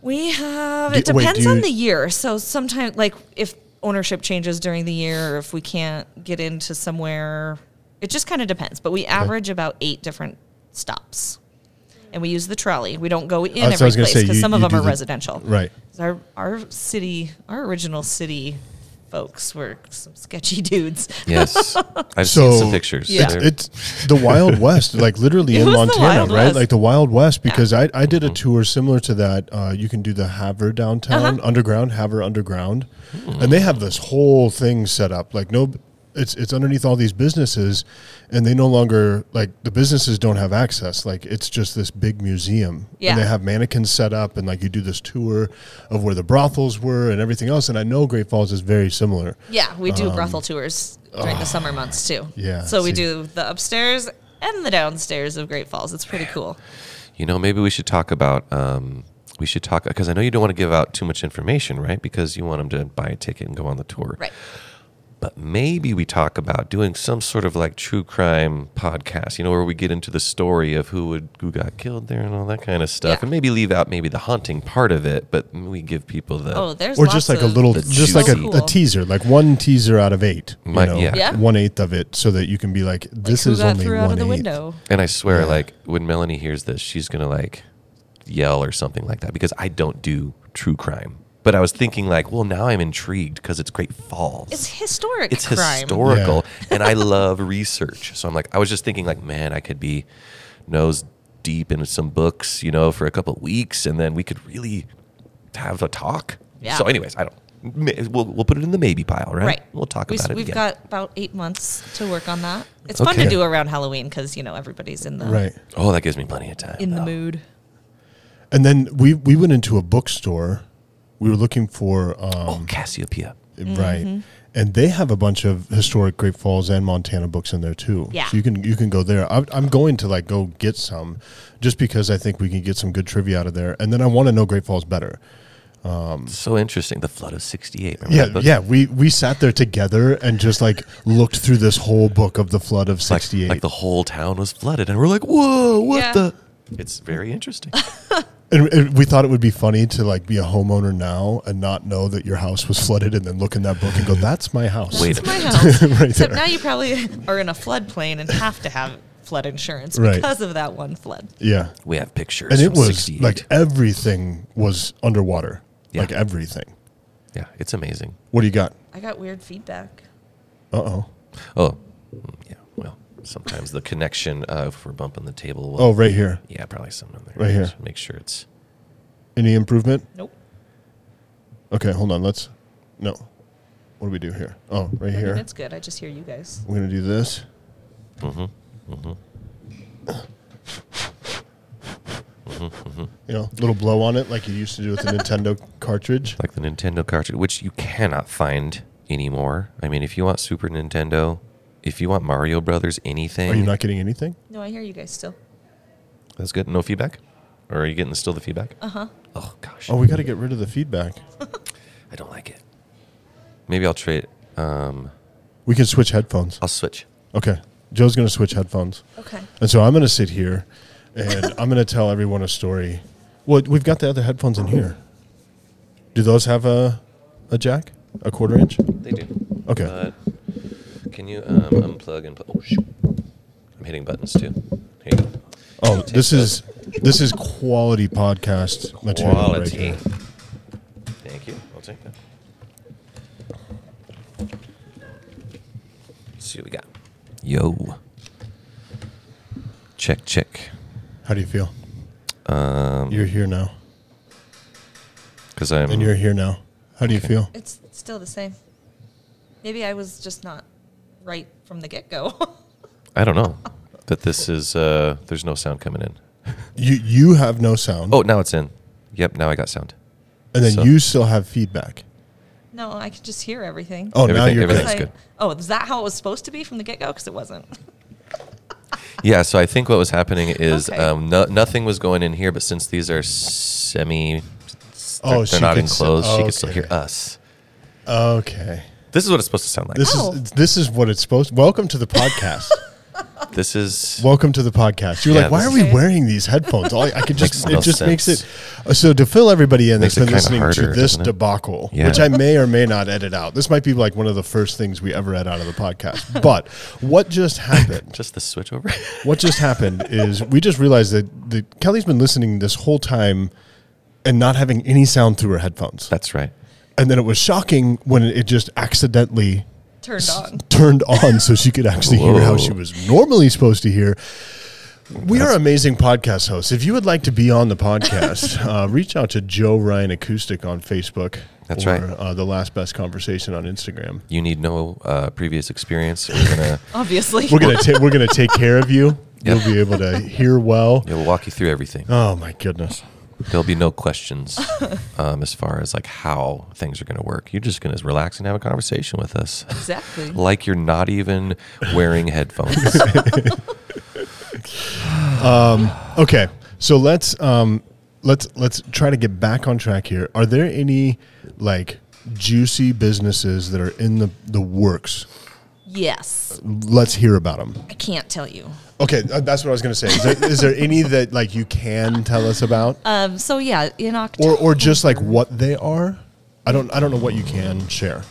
we have.
Do-
It
wait, do
depends
you-
on the year. So sometimes, like if ownership changes during the year, or if we can't get into somewhere, it just kind of depends. But we average about eight different stops, and we use the trolley. We don't go in
That's what I
every
was gonna
place
say,
because
you-
some of
you
them
do
are
the-
residential.
Right.
'Cause Our our city, our original city folks were some sketchy dudes.
Yes. I've seen some pictures.
Yeah.
They're-
It's the Wild West, like literally
It
in
was the
Montana,
Wild
right?
West. Mm-hmm.
Like the Wild West, because I, I did a tour similar to that. Uh, you can do the Havre
Uh-huh.
downtown underground, Havre underground,
Hmm.
and they have this whole thing set up. Like no, it's it's underneath all these businesses, and they no longer like the businesses don't have access. Like it's just this big museum,
Yeah.
and they have mannequins set up, and like you do this tour of where the brothels were and everything else. And I know Great Falls is very similar.
Yeah, we do brothel tours during the summer months too.
Um, oh, yeah,
So we
see.
do the upstairs and the downstairs of Great Falls. It's pretty cool.
You know, maybe we should talk about. Um, we should talk because I know you don't want to give out too much information, right? Because you want them to buy a ticket and go on the tour,
Right.
But maybe we talk about doing some sort of like true crime podcast, you know, where we get into the story of who would who got killed there and all that kind of stuff,
Yeah.
and maybe leave out maybe the haunting part of it, but we give people the
Oh, there's
or just like
lots
a
of-
little,
The
just like a,
juicy-
a teaser, like one teaser out of eight, you
My-
know,
yeah.
Yeah.
one eighth of it, so that you can be like, this
Who
is
got
only
threw
one
out of the
eighth.
window?
And I swear,
Yeah.
like when Melanie hears this, she's gonna like yell or something like that because I don't do true crime. But I was thinking like, well, now I'm intrigued because it's Great Falls.
It's historic.
It's
crime.
historical, and I love research. So I'm like, I was just thinking like, man, I could be nose deep into some books, you know, for a couple of weeks, and then we could really have a talk.
Yeah.
So, anyways, I don't. may- We'll, we'll put it in the maybe pile, right?
Right.
We'll talk
We-
about it.
We've
again.
got about eight months to work on that. It's fun to
Okay.
do around Halloween because you know everybody's in the
Right.
Oh, that gives me plenty of time. Oh,
in the
though.
mood.
And then we we went into a bookstore. We were looking for
Oh,
um,
Cassiopeia.
mm-hmm.
right, and they have a bunch of historic Great Falls and Montana books in there too.
Yeah.
so you can you can go there. I'm, I'm going to like go get some, just because I think we can get some good trivia out of there. And then I want to know Great Falls better.
So interesting. The flood of '68.
Yeah, yeah. We we sat there together and just like looked through this whole book of the flood of
Like,
'68.
like the whole town was flooded, and we're like, "Whoa, what
Yeah.
the?" It's very interesting.
And, and we thought it would be funny to like be a homeowner now and not know that your house was flooded, and then look in that book and go, "That's my house."
Wait
It's
a
my house.
Right
Except
there.
now you probably are in a floodplain and have to have flood insurance
Right.
because of that one flood.
Yeah,
We have pictures.
and it
from
was
68.
like everything was underwater,
Yeah.
like everything.
yeah, it's amazing.
What do you got?
I got weird feedback.
Uh oh.
Oh, mm, yeah. Well, sometimes the connection uh, if we're bumping the table. Will,
Oh, right here.
yeah, probably something there.
Right here.
Just Make sure it's
Any improvement?
Nope.
Okay, hold on. Let's. No. What do we do here? Oh, right
I mean,
here.
It's good. I just hear you guys.
We're gonna do this. You know, little blow on it like you used to do with the Nintendo cartridge.
like the Nintendo cartridge, which you cannot find anymore. I mean, if you want Super Nintendo, if you want Mario Brothers, anything,
Are you not getting anything?
No, I hear you guys still.
that's good. No feedback, or are you getting still the feedback? Uh huh. Oh gosh.
Oh, we got to get rid of the feedback.
I don't like it. Maybe I'll trade. Um,
We can switch headphones.
I'll switch.
Okay. Joe's going to switch headphones.
Okay.
And so I'm going to sit here and I'm going to tell everyone a story. Well, we've got the other headphones in here. Do those have a, a jack? A quarter inch?
They do.
Okay.
But can you um, unplug and plug? Oh, shoot. I'm hitting buttons too. Here you go.
Oh, this is this is quality podcast material right
Quality.
here.
Thank you. I'll take that. Let's see what we got. Yo. Check, check.
How do you feel? Um, you're here now.
Because I'm.
And you're here now. How do you feel?
It's still the same. Maybe I was just not right from the get go.
I don't know. That this is. Uh, there's no sound coming in.
You you have no sound.
Oh, now it's in. Yep, now I got sound.
and then
so-
you still have feedback.
no, I could just hear everything.
Oh, now
Everything-
you're
everything's
good.
That's
Like,
good.
Oh, is that how it was supposed to be from the get go? Because it wasn't.
Yeah, so I think what was happening is
Okay.
um, no, nothing was going in here, but since these are semi,
Oh,
they're,
she
they're not
could s-
enclosed, she could still
okay.
hear us.
Okay.
This is what it's supposed to sound like.
This
Oh.
is this is what it's supposed. Welcome to the podcast.
This is
Welcome to the podcast. You're
Yeah,
like, why are
this
we
is-
wearing these headphones? All I, I could just
Makes no
it just makes
sense.
it. uh, So to fill everybody in that's
Makes it
been
kinda
listening
harder,
to this
doesn't it?
debacle,
Yeah.
which I may or may not edit out. This might be like one of the first things we ever edit out of the podcast. But what just happened?
just the switch over.
what just happened is we just realized that, that Kelly's been listening this whole time and not having any sound through her headphones.
That's right.
And then it was shocking when it just accidentally
Turned on.
turned on so she could actually hear how
Whoa.
she was normally supposed to hear. We are amazing podcast hosts. If you would like to be on the podcast, uh, reach out to Joe Ryan Acoustic on Facebook.
That's
or,
right.
Uh, the last best conversation on Instagram.
You need no uh, previous experience. We're gonna
Obviously.
We're gonna ta- we're gonna take care of you. You'll be able to hear well.
you know, walk you through everything.
Oh my goodness!
There'll be no questions um, as far as like how things are gonna work. You're just gonna relax and have a conversation with us,
exactly.
like you're not even wearing headphones.
Okay, so let's um, let's let's try to get back on track here. Are there any like juicy businesses that are in the the works?
Yes.
Let's hear about them.
I can't tell you.
Okay, uh, that's what I was going to say. Is there, is there any that like you can tell us about,
Um, so yeah, in October.
or or just like what they are? I don't I don't know what you can share.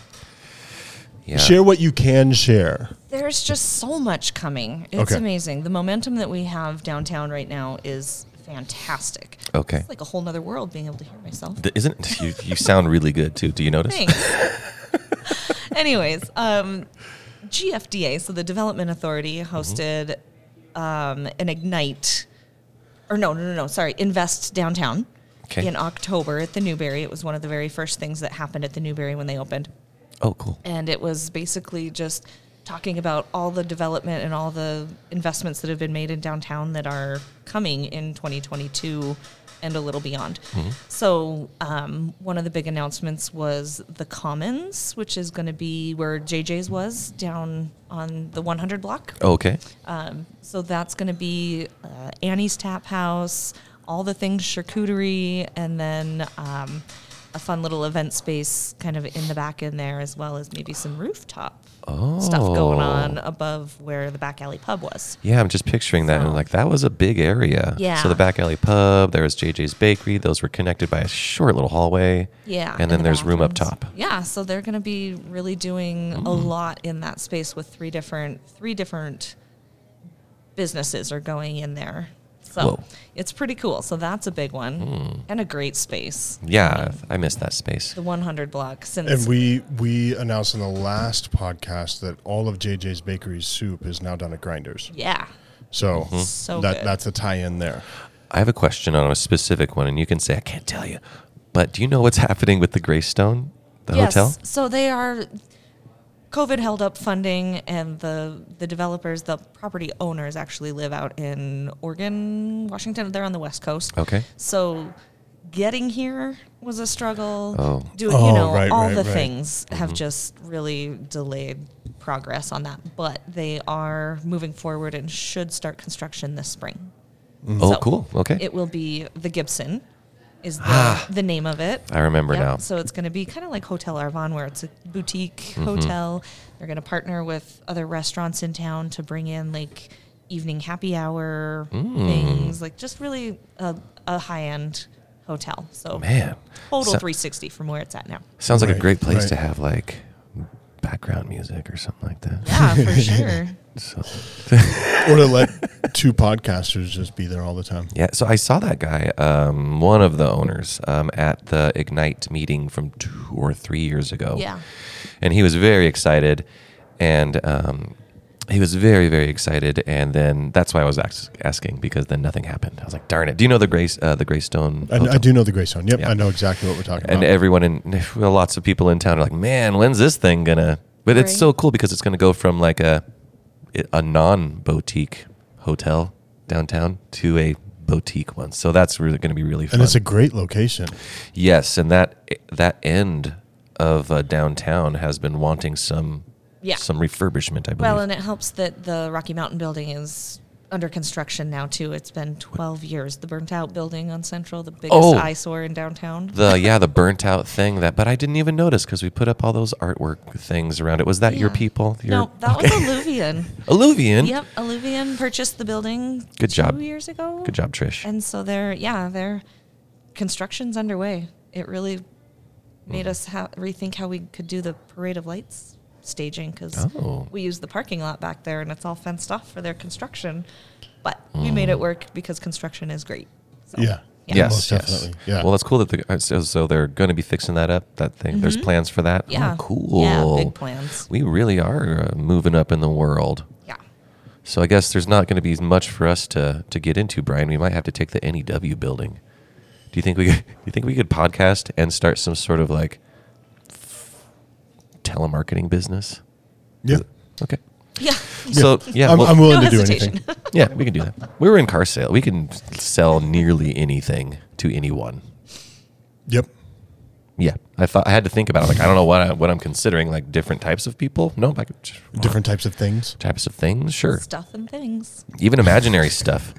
Yeah.
Share what you can share.
There's just so much coming. It's
Okay.
amazing. The momentum that we have downtown right now is fantastic.
Okay.
It's like a whole nother world being able to hear myself.
Th- Isn't you, you sound really good too? Do you notice?
Thanks. Anyways, um, GFDA, so the Development Authority, hosted um, an Ignite, or no, no, no, no, sorry, Invest Downtown
Okay.
in October at the Newberry. It was one of the very first things that happened at the Newberry when they opened.
Oh, cool.
and it was basically just talking about all the development and all the investments that have been made in downtown that are coming in 2022 and a little beyond. So, um, one of the big announcements was the Commons, which is going to be where JJ's was down on the 100 block.
Oh, Okay.
So that's going to be uh, Annie's Tap House, all the things charcuterie, and then um, a fun little event space kind of in the back in there, as well as maybe some rooftop stuff
Oh.
going on above where the back alley pub was.
Yeah, I'm just picturing that. and I'm like, that was a big area.
Yeah.
So the back alley pub, there was JJ's Bakery. Those were connected by a short little hallway.
Yeah.
And then
the
there's room up
bathrooms.
top.
Yeah, so they're going to be really doing a lot in that space with three different three different businesses are going in there. So
Whoa. Hmm.
it's pretty cool. So that's a big one and a great space.
Yeah, I missed that space.
The 100 block since
And we we announced in the last podcast that all of JJ's Bakery's soup is now done at Grinders.
Yeah.
So,
So
that
good.
that's a tie-in there.
I have a question on a specific one, and you can say, I can't tell you. But do you know what's happening with the Greystone, the hotel?
So they are. COVID held up funding, and the the developers, the property owners, actually live out in Oregon, Washington. They're on the West Coast.
Okay.
So getting here was a struggle.
Oh. Mm-hmm.
Do,
Oh,
you know,
right,
all
right,
the
right.
things have just really delayed progress on that, but they are moving forward and should start construction this spring.
Oh,
Mm-hmm. So
cool. Okay. Ah.
It will be the Gibson, is the, the name of it.
I remember
Yep.
now.
So it's going to be kind of like Hotel Arvon, where it's a boutique
Mm-hmm.
hotel. They're going to partner with other restaurants in town to bring in like evening happy hour
Mm.
things, like just really a, a high end hotel. So
Man.
total
So-
360 from where it's at now.
sounds like a
Right,
great place
right.
to have like background music or something like that.
Yeah, for sure.
So,
Or to let two podcasters just be there all the time.
yeah. So I saw that guy, um, one of the owners, um, at the Ignite meeting from two or three years ago.
Yeah.
and he was very excited and um, he was very very excited and then that's why i was ax- asking because then nothing happened i was like darn it do you know the grace uh, the greystone
I,
Hotel?
I do know the Greystone. Yep,
Yeah.
I know exactly what we're talking
and
about.
everyone in well, lots of people in town are like man when's this thing gonna but it's
Right.
so cool because it's gonna go from like a a non-boutique hotel downtown to a boutique one so that's really gonna be really fun
and it's a great location.
yes and that that end of uh, downtown has been wanting some
Yeah.
some refurbishment i believe
Well, and it helps that the Rocky Mountain building is under construction now too. It's been 12 years. The burnt out building on Central, the biggest
Oh.
eyesore in downtown.
the yeah the burnt out thing that but i didn't even notice because we put up all those artwork things around it was that your
Yeah.
people your
no, that was Alluvian.
alluvian
Yep, Alluvian purchased the building.
Good
two
job.
years ago.
good job trish
And so they're yeah, their construction's underway. It really made
Hmm.
us ha- rethink how we could do the parade of lights staging because
Oh.
we use the parking lot back there and it's all fenced off for their construction. But
Hmm.
we made it work because construction is great. So,
Yeah.
yes
Most
yes.
definitely. Yeah.
well that's cool that the, uh, so, so they're going to be fixing that up that thing there's plans for that Oh,
Mm-hmm. Yeah.
cool
Yeah, big plans.
we really are uh, moving up in the world
Yeah.
so i guess there's not going to be much for us to to get into brian we might have to take the new building do you think we could, do you think we could podcast and start some sort of like telemarketing business
yeah.
okay
Yeah.
So yeah,
I'm,
well,
I'm willing to
No
do
hesitation.
anything.
yeah, we can do that. We were in car sale. We can sell nearly anything to anyone.
Yep.
Yeah, I thought I had to think about it. Like I don't know what I, what I'm considering. Like different types of people. No, I could just-
Different types of things.
types of things. Sure,
Stuff and things.
even imaginary stuff.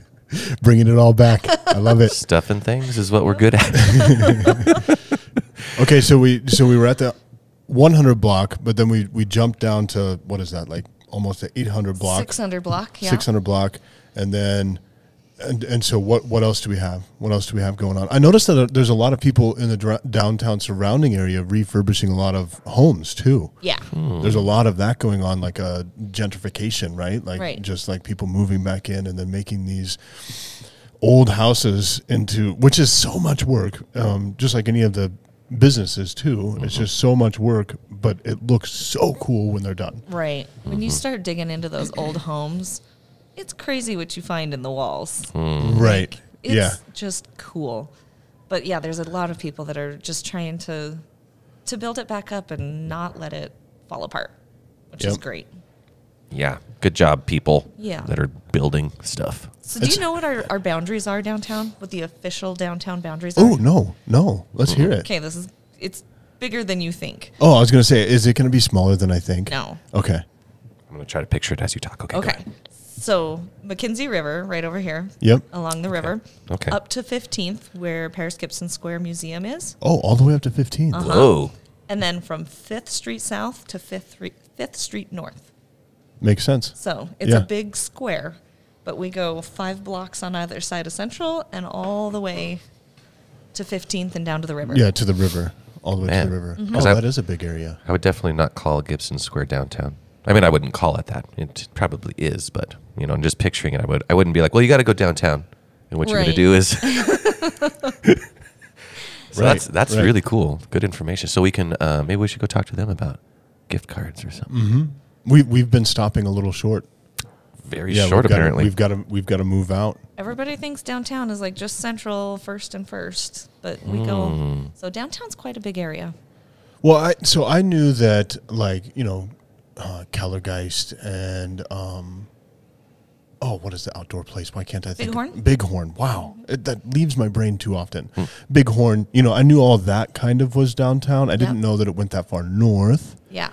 Bringing it all back. I love it.
Stuff and things is what we're good at.
Okay, so we so we were at the 100 block, but then we we jumped down to what is that like almost the 800 block,
600 block. Yeah.
600 block, and then and and so what what else do we have? What else do we have going on? I noticed that uh, there's a lot of people in the dra- downtown surrounding area refurbishing a lot of homes too.
Yeah.
There's a lot of that going on, like a gentrification, right? Like
Right.
just like people moving back in and then making these old houses into, which is so much work. Um, just like any of the businesses too, it's
Mm-hmm.
just so much work, but it looks so cool when they're done.
Right. When
Mm-hmm.
you start digging into those old homes, it's crazy what you find in the walls.
Mm.
Right?
Mm. It's
yeah.
just cool. But yeah, there's a lot of people that are just trying to to build it back up and not let it fall apart, which is
Yep.
great.
yeah, good job, people.
Yeah.
that are building stuff.
So do
It's-
you know what our, our boundaries are downtown? What the official downtown boundaries are?
Oh no, no. Let's hear it.
Mm-hmm. Okay, this is it's bigger than you think.
Oh, I was gonna say, is it gonna be smaller than I think?
No.
Okay.
I'm gonna try to picture it as you talk. Okay. go
Okay.
ahead.
So McKinsey River, right over here.
Yep.
Along the river.
Okay.
Up to 15th, where Paris Gibson Square Museum is.
Oh, all the way up to 15.
Uh-huh.
Whoa.
And then from 5th Street South to 5th, Re- 5th Street North.
Makes sense.
So it's
Yeah.
a big square, but we go five blocks on either side of Central and all the way to 15th and down to the river.
Yeah, to the river. All the way
Man.
to the river. Oh,
Mm-hmm.
'Cause I-
that is a big area.
I would definitely not call Gibson Square downtown. I mean, I wouldn't call it that. It probably is, but you know, I'm just picturing it. I would. I wouldn't be like, well, you got to go downtown, and what you're gonna
Right.
do is. so
Right,
that's that's
right.
really cool. Good information. So we can uh, maybe we should go talk to them about gift cards or something.
Mm-hmm. We we've been stopping a little short.
Very short,
we've gotta-
apparently.
we've got to we've got to move out.
Everybody thinks downtown is like just Central first and first, but we go. So downtown's quite a big area.
Well, I, so I knew that like you know, uh, Kellergeist and um, oh, what is the outdoor place? Why can't I think?
Bighorn?
Bighorn. Wow,
Mm-hmm.
it, that leaves my brain too often.
Hmm.
Bighorn. You know, I knew all that kind of was downtown. I didn't
Yep.
know that it went that far north.
Yeah.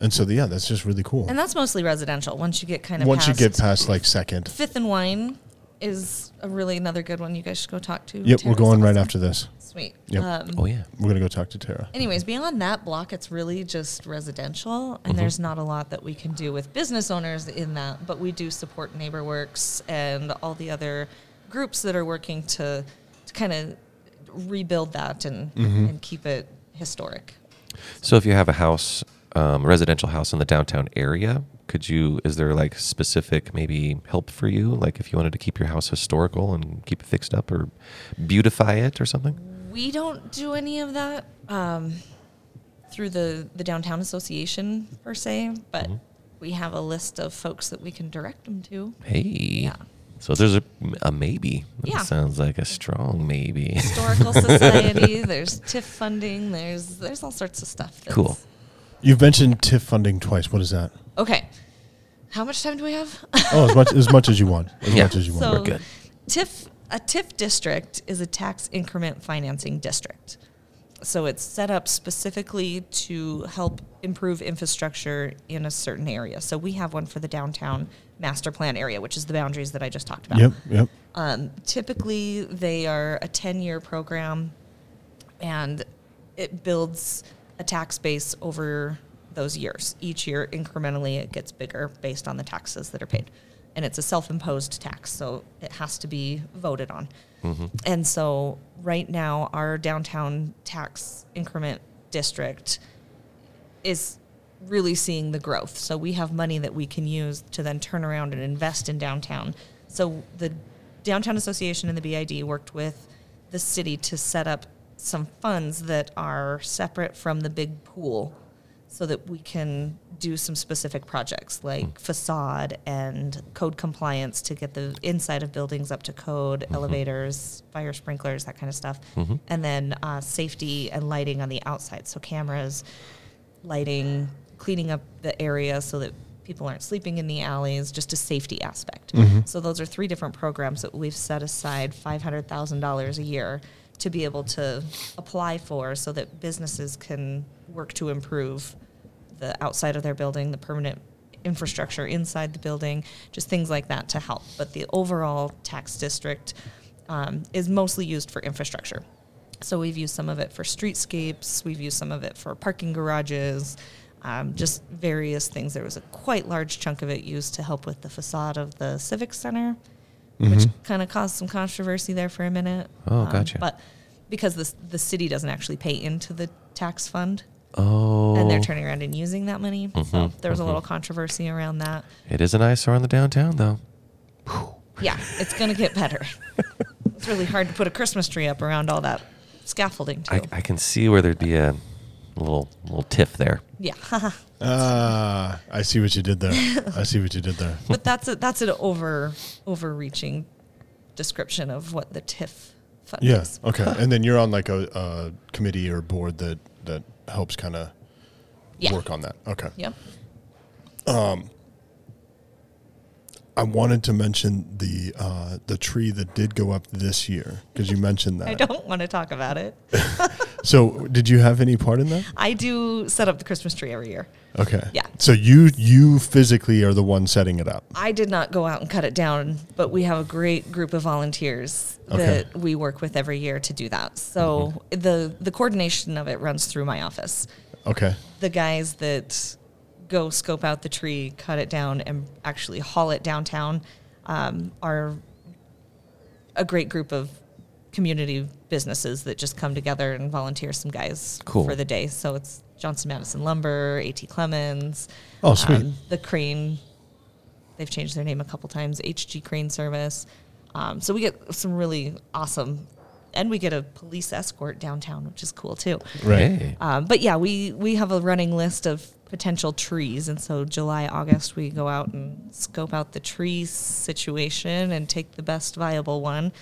And so yeah, that's just really cool.
And that's mostly residential. Once you get kind of
Once you
past
get past like second,
Fifth and Wine is a really another good one you guys should go talk to.
yep, we're
Tara's
going right
awesome.
after this.
Sweet.
Yep.
Um,
oh yeah.
We're gonna go talk to Tara.
anyways, beyond that block, it's really just residential, and there's not a lot that we can do with business owners in that, but we do support NeighborWorks and all the other groups that are working to, to kind of rebuild that and, and keep it historic.
So if you have a house, um, residential house in the downtown area, could you? Is there like specific maybe help for you? Like if you wanted to keep your house historical and keep it fixed up or beautify it or something?
We don't do any of that um, through the, the downtown association per se, but we have a list of folks that we can direct them to.
Hey.
Yeah.
So there's a, a maybe. That
Yeah.
sounds like a strong maybe.
Historical Society, there's TIF funding, there's there's all sorts of stuff. that's-
cool.
You've mentioned TIF funding twice. What is that?
Okay. How much time do we have?
Oh, as much as much as you want. As
Yeah.
much as you want.
we're good.
TIF, a TIF district is a tax increment financing district. So it's set up specifically to help improve infrastructure in a certain area. So we have one for the downtown master plan area, which is the boundaries that I just talked about.
Yep, yep.
Um, typically, they are a 10 year program and it builds a tax base over those years. Each year, incrementally, it gets bigger based on the taxes that are paid. And it's a self imposed tax, so it has to be voted on. And so, right now, our downtown tax increment district is really seeing the growth. So we have money that we can use to then turn around and invest in downtown. So the Downtown Association and the BID worked with the city to set up some funds that are separate from the big pool so that we can do some specific projects like facade and code compliance to get the inside of buildings up to code, elevators, fire sprinklers, that kind of stuff. And then uh, safety and lighting on the outside. So cameras, lighting, cleaning up the area so that people aren't sleeping in the alleys, just a safety aspect. So those are three different programs that we've set aside $500,000 a year to be able to apply for so that businesses can work to improve the outside of their building, the permanent infrastructure inside the building, just things like that to help. But the overall tax district um, is mostly used for infrastructure. So we've used some of it for streetscapes, we've used some of it for parking garages, um, just various things. There was a quite large chunk of it used to help with the facade of the Civic Center, which kind of caused some controversy there for a minute.
Mm-hmm.
Um,
Oh, gotcha.
But because the, the city doesn't actually pay into the tax fund,
Oh,
and they're turning around and using that money.
Mm-hmm,
So there was a little controversy around that.
it is an eyesore in the downtown, though.
Yeah, it's going to get better. it's really hard to put a Christmas tree up around all that scaffolding, too.
I, I can see where there'd be a little little tiff there.
yeah.
Ah, I see what you did there. I see what you did there.
but that's a, that's an over overreaching description of what the TIF fund
Yeah.
is.
Okay. And then you're on like a, a committee or board that that helps kind of
Yeah.
work on that. Okay.
Yep.
I wanted to mention the uh, the tree that did go up this year because you mentioned that.
I don't want to talk about it.
So, did you have any part in that?
I do set up the Christmas tree every year.
Okay.
Yeah.
So you you physically are the one setting it up.
I did not go out and cut it down, but we have a great group of volunteers
Okay.
that we work with every year to do that. So the the coordination of it runs through my office.
Okay.
The guys that go scope out the tree, cut it down, and actually haul it downtown um, are a great group of community businesses that just come together and volunteer some guys
Cool.
for the day. So it's Johnson Madison Lumber, AT Clemens, um,
Oh, sweet.
the crane. They've changed their name a couple times. HG Crane Service. Um, so we get some really awesome, and we get a police escort downtown, which is cool too.
Right.
Hey.
Um, but yeah, we we have a running list of potential trees, and so July, August, we go out and scope out the tree situation and take the best viable one.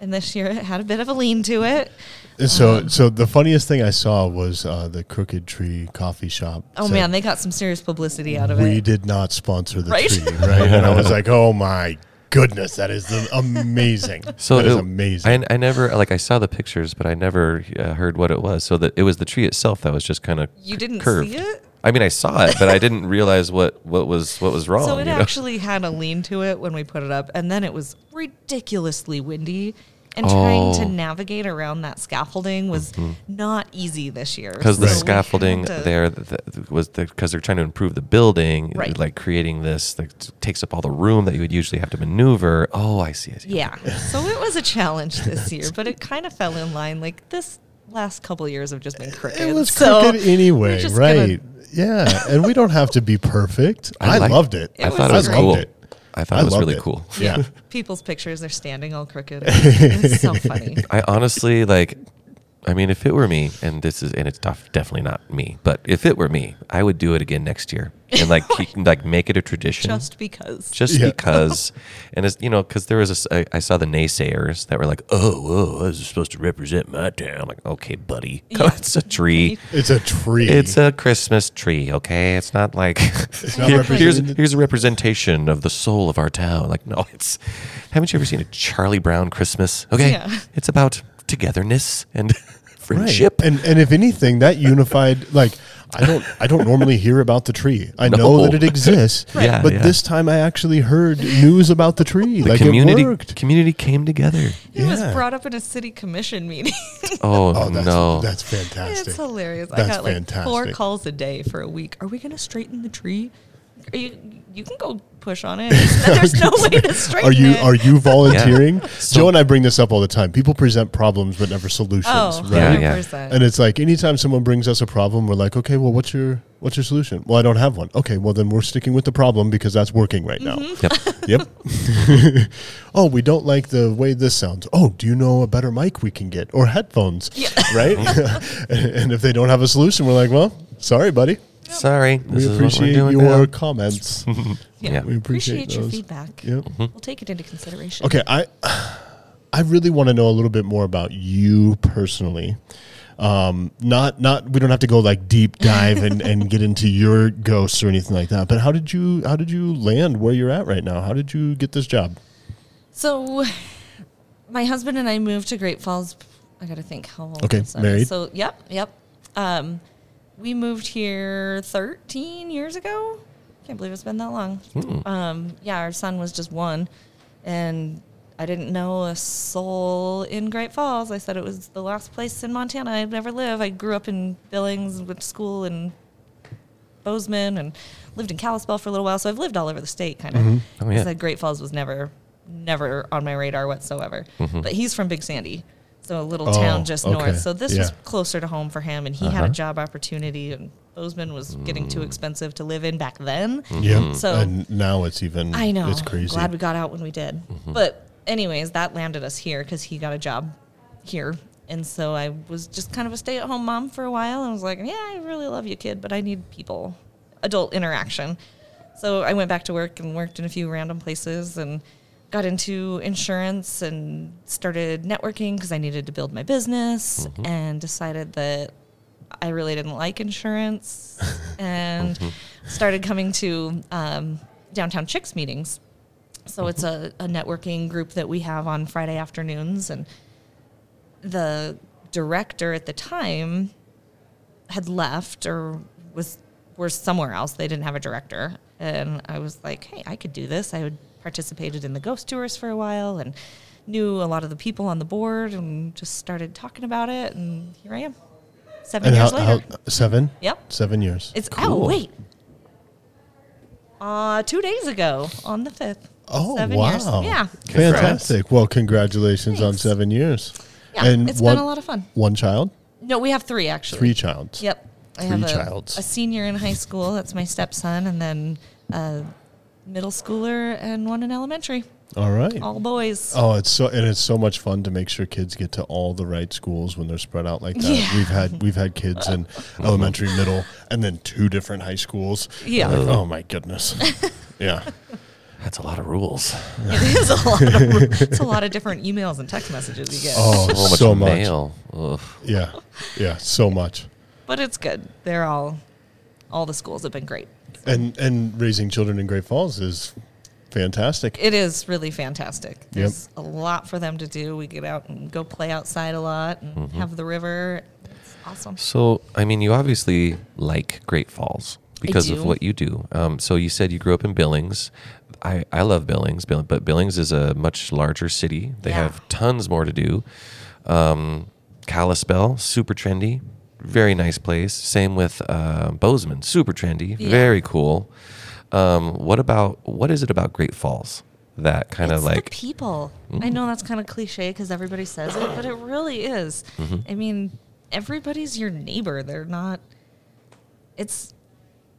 And this year, it had a bit of a lean to it.
And
Um,
So so the funniest thing I saw was uh, the Crooked Tree Coffee Shop.
Oh
said,
man, they got some serious publicity out of
we
it.
did not sponsor the
Right?
tree, right? and I was like, oh my goodness, that is the amazing.
So
that is
it-
amazing.
I, I never like I saw the pictures, but I never uh, heard what it was. So that it was the tree itself that was just kind of
You didn't
curved.
see it?
I mean, I saw it, but I didn't realize what what was what was wrong.
So
you
it
know?
actually had a lean to it when we put it up, and then it was ridiculously windy. And trying to
Oh. Mm-hmm.
navigate around that scaffolding was not easy this year.
because the
So we
scaffolding
had to-
there th- th- was because they're trying to improve the building,
Right.
like creating this that takes up all the room that you would usually have to maneuver. Oh, I see. I see.
Yeah. So it was a challenge this year, but it kind of fell in line. Like this last couple years have just been crooked.
it was
so
crooked
we're
anyway,
just
right? yeah, and we don't have to be perfect. I,
liked-
loved it.
I
It
thought it
was
was
loved
cool.
it.
I thought it was
loved
really cool.
Yeah.
People's pictures are standing all crooked. It's so funny.
I honestly like. I mean, if it were me, and this is, and it's def- definitely not me, but if it were me, I would do it again next year and like keep, like make it a tradition, just,
Just because.
Yeah.
because. And as you know, because there was a s I I saw the naysayers that were like, "Oh, whoa, this is supposed to represent my town." I'm like, okay, buddy, it's a tree.
It's a tree.
It's a Christmas tree, okay? It's not like
not
Here- here's
represented-
here's a representation of the soul of our town. Like, no, it's haven't you ever seen a Charlie Brown Christmas? Okay,
Yeah.
it's about togetherness and friendship.
And and if anything, that unified like I don't I don't normally hear about the tree. I know
No.
that it exists.
Right. Yeah,
but
yeah.
this time I actually heard news about the tree.
The
like
community
it worked.
community came together.
It was
Yeah.
brought up in a city commission meeting.
Oh,
Oh, that's,
no,
that's
it's
fantastic.
hilarious. I
That's
got like four
fantastic.
calls a day for a week. Are we going to straighten the tree? Are you, you can go push on it. There's no way to straighten
Are you
it.
are you volunteering?
So-
Joe and I bring this up all the time. People present problems but never solutions,
oh,
right?
Yeah, yeah.
100%.
And it's like anytime someone brings us a problem, we're like, okay, well, what's your what's your solution? Well, I don't have one. Okay, well then we're sticking with the problem because that's working right now.
Mm-hmm.
Yep.
Yep. oh, we don't like the way this sounds. Oh, do you know a better mic we can get or headphones? Right. and, and if they don't have a solution, we're like, well, sorry, buddy.
sorry. This
we
is what we're
appreciate your
doing now.
comments.
yeah.
yeah.
we appreciate,
Appreciate, your
those.
feedback.
Yep.
We'll take it into consideration.
Okay, I I really want to know a little bit more about you personally. Um, not not we don't have to go like deep dive and, and get into your ghosts or anything like that. But how did you how did you land where you're at right now? How did you get this job?
So, my husband and I moved to Great Falls I gotta think how old.
Okay,
was I?
married?
So yep, yep. Um, we moved here 13 years ago. Can't believe it's been that long.
Hmm.
Um, yeah, our son was just one, and I didn't know a soul in Great Falls. I said it was the last place in Montana I'd ever live. I grew up in Billings, went to school in Bozeman, and lived in Kalispell for a little while. So I've lived all over the state, kind of.
Mm-hmm.
Oh, yeah.
I said Great Falls was never, never on my radar whatsoever. But he's from Big Sandy, so a little
Mm-hmm. Oh,
town just
okay.
north. So this was
Yeah. Uh-huh.
closer to home for him, and he had a job opportunity, and Bozeman was getting too expensive to live in back then.
Mm. Yeah.
Mm. So-
and now it's even.
I know.
It's crazy.
Glad we got out when we did. But anyways, that landed us here because he got a job here. And so I was just kind of a stay at home mom for a while. And I was like, yeah, I really love you, kid, but I need people, adult interaction. So I went back to work and worked in a few random places and got into insurance and started networking because I needed to build my business and decided that I really didn't like insurance and started coming to um, downtown chicks meetings. So it's a, a networking group that we have on Friday afternoons. And the director at the time had left or was were somewhere else. They didn't have a director. And I was like, hey, I could do this. I had participated in the ghost tours for a while and knew a lot of the people on the board and just started talking about it. And here I am, seven
and how,
years later.
how seven?
Yep.
Seven years.
It's
Cool.
oh wait. Uh, two days ago on the fifth.
oh
seven
wow!
Years. Yeah.
Congrats.
Fantastic. Well, congratulations on
Thanks.
seven years.
Yeah, it's been a lot of fun.
One child,
No, we have three actually.
three childs.
Yep. I
Three
have a,
childs.
a senior in high school. That's my stepson, and then a middle schooler and one in elementary.
All right.
All boys.
Oh, it's so and it's so much fun to make sure kids get to all the right schools when they're spread out like that.
Yeah.
We've had we've had kids in elementary, middle, and then two different high schools.
Yeah.
Like, oh my goodness. yeah.
That's a lot of rules.
It is a lot. Of, it's a lot of different emails and text messages you get,
Oh,
So much
so much.
mail. Ugh.
Yeah. Yeah. So much.
but it's good. They're all. All the schools have been great.
And and raising children in Great Falls is fantastic.
It is really fantastic. There's a lot for them to do. We get out and go play outside a lot and
Mm-hmm.
have the river. It's awesome.
So, I mean, you obviously like Great Falls because
do.
of what you do. Um, so, you said you grew up in Billings. I, I love Billings, Bill- but Billings is a much larger city. They
Yeah.
have tons more to do. Um, Kalispell, super trendy, very nice place. Same with uh, Bozeman, super trendy,
Yeah.
very cool. Um, what about what is it about Great Falls that kind of
it's the
like
people.
mm-hmm.
I know that's kind of cliche because everybody says it, but it really is.
Mm-hmm.
I mean, everybody's your neighbor. They're not. It's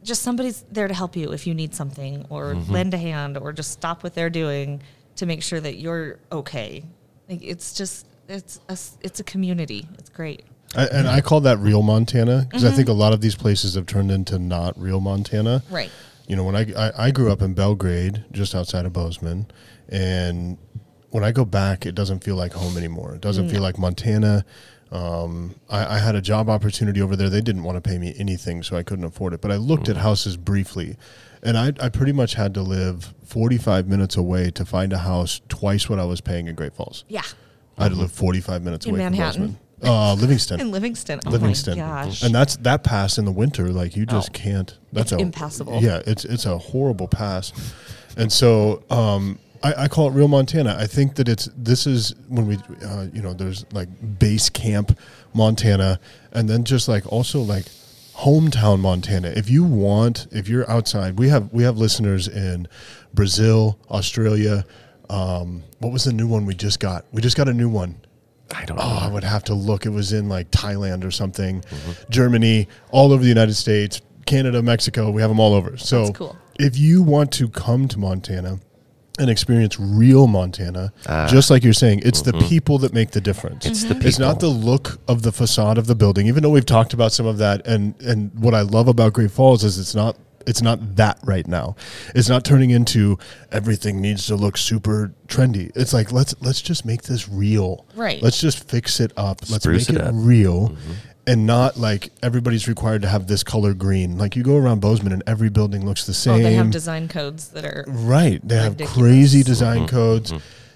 just somebody's there to help you if you need something, or
Mm-hmm.
lend a hand, or just stop what they're doing to make sure that you're okay. Like it's just it's a s- it's a community. It's great.
I, and I call that real Montana because
Mm-hmm.
I think a lot of these places have turned into not real Montana.
Right.
You know, when I, I I grew up in Belgrade, just outside of Bozeman, and when I go back, it doesn't feel like home anymore. It doesn't
Mm.
feel like Montana. Um, I, I had a job opportunity over there. They didn't want to pay me anything, so I couldn't afford it. But I looked
Mm.
at houses briefly, and I, I pretty much had to live 45 minutes away to find a house twice what I was paying in Great Falls.
Yeah.
I had to live 45 minutes
Mm-hmm. In
away
Manhattan?
from Bozeman. Uh, Livingston.
In Livingston. Oh
Livingston.
my gosh.
And that's that pass in the winter, like you just
Oh.
can't. That's
It's
a,
impassable.
Yeah, it's it's a horrible pass, and so um, I, I call it real Montana. I think that it's this is when we, uh, you know, there's like base camp Montana, and then just like also like hometown Montana. If you want, if you're outside, we have we have listeners in Brazil, Australia. Um, what was the new one we just got? We just got a new one
I don't
oh, I
know.
would have to look. It was in like Thailand or something,
Mm-hmm.
Germany, all over the United States, Canada, Mexico. We have them all over. So
That's cool.
if you want to come to Montana and experience real Montana, just like you're saying, it's the people that make the difference.
Ah. Mm-hmm. It's the
It's not the
people.
look of the facade of the building, even though we've talked about some of that. And and what I love about Great Falls is it's not it's not that right now. It's not turning into everything needs to look super trendy. It's like let's let's just make this real.
Right.
Let's just fix it up. Let's
Spruce
make
it
it,
up. Mm-hmm.
real. And not like everybody's required to have this color green. Like you go around Bozeman and every building looks the same.
Oh, they have design codes that are
Right. They have
Ridiculous.
crazy design codes.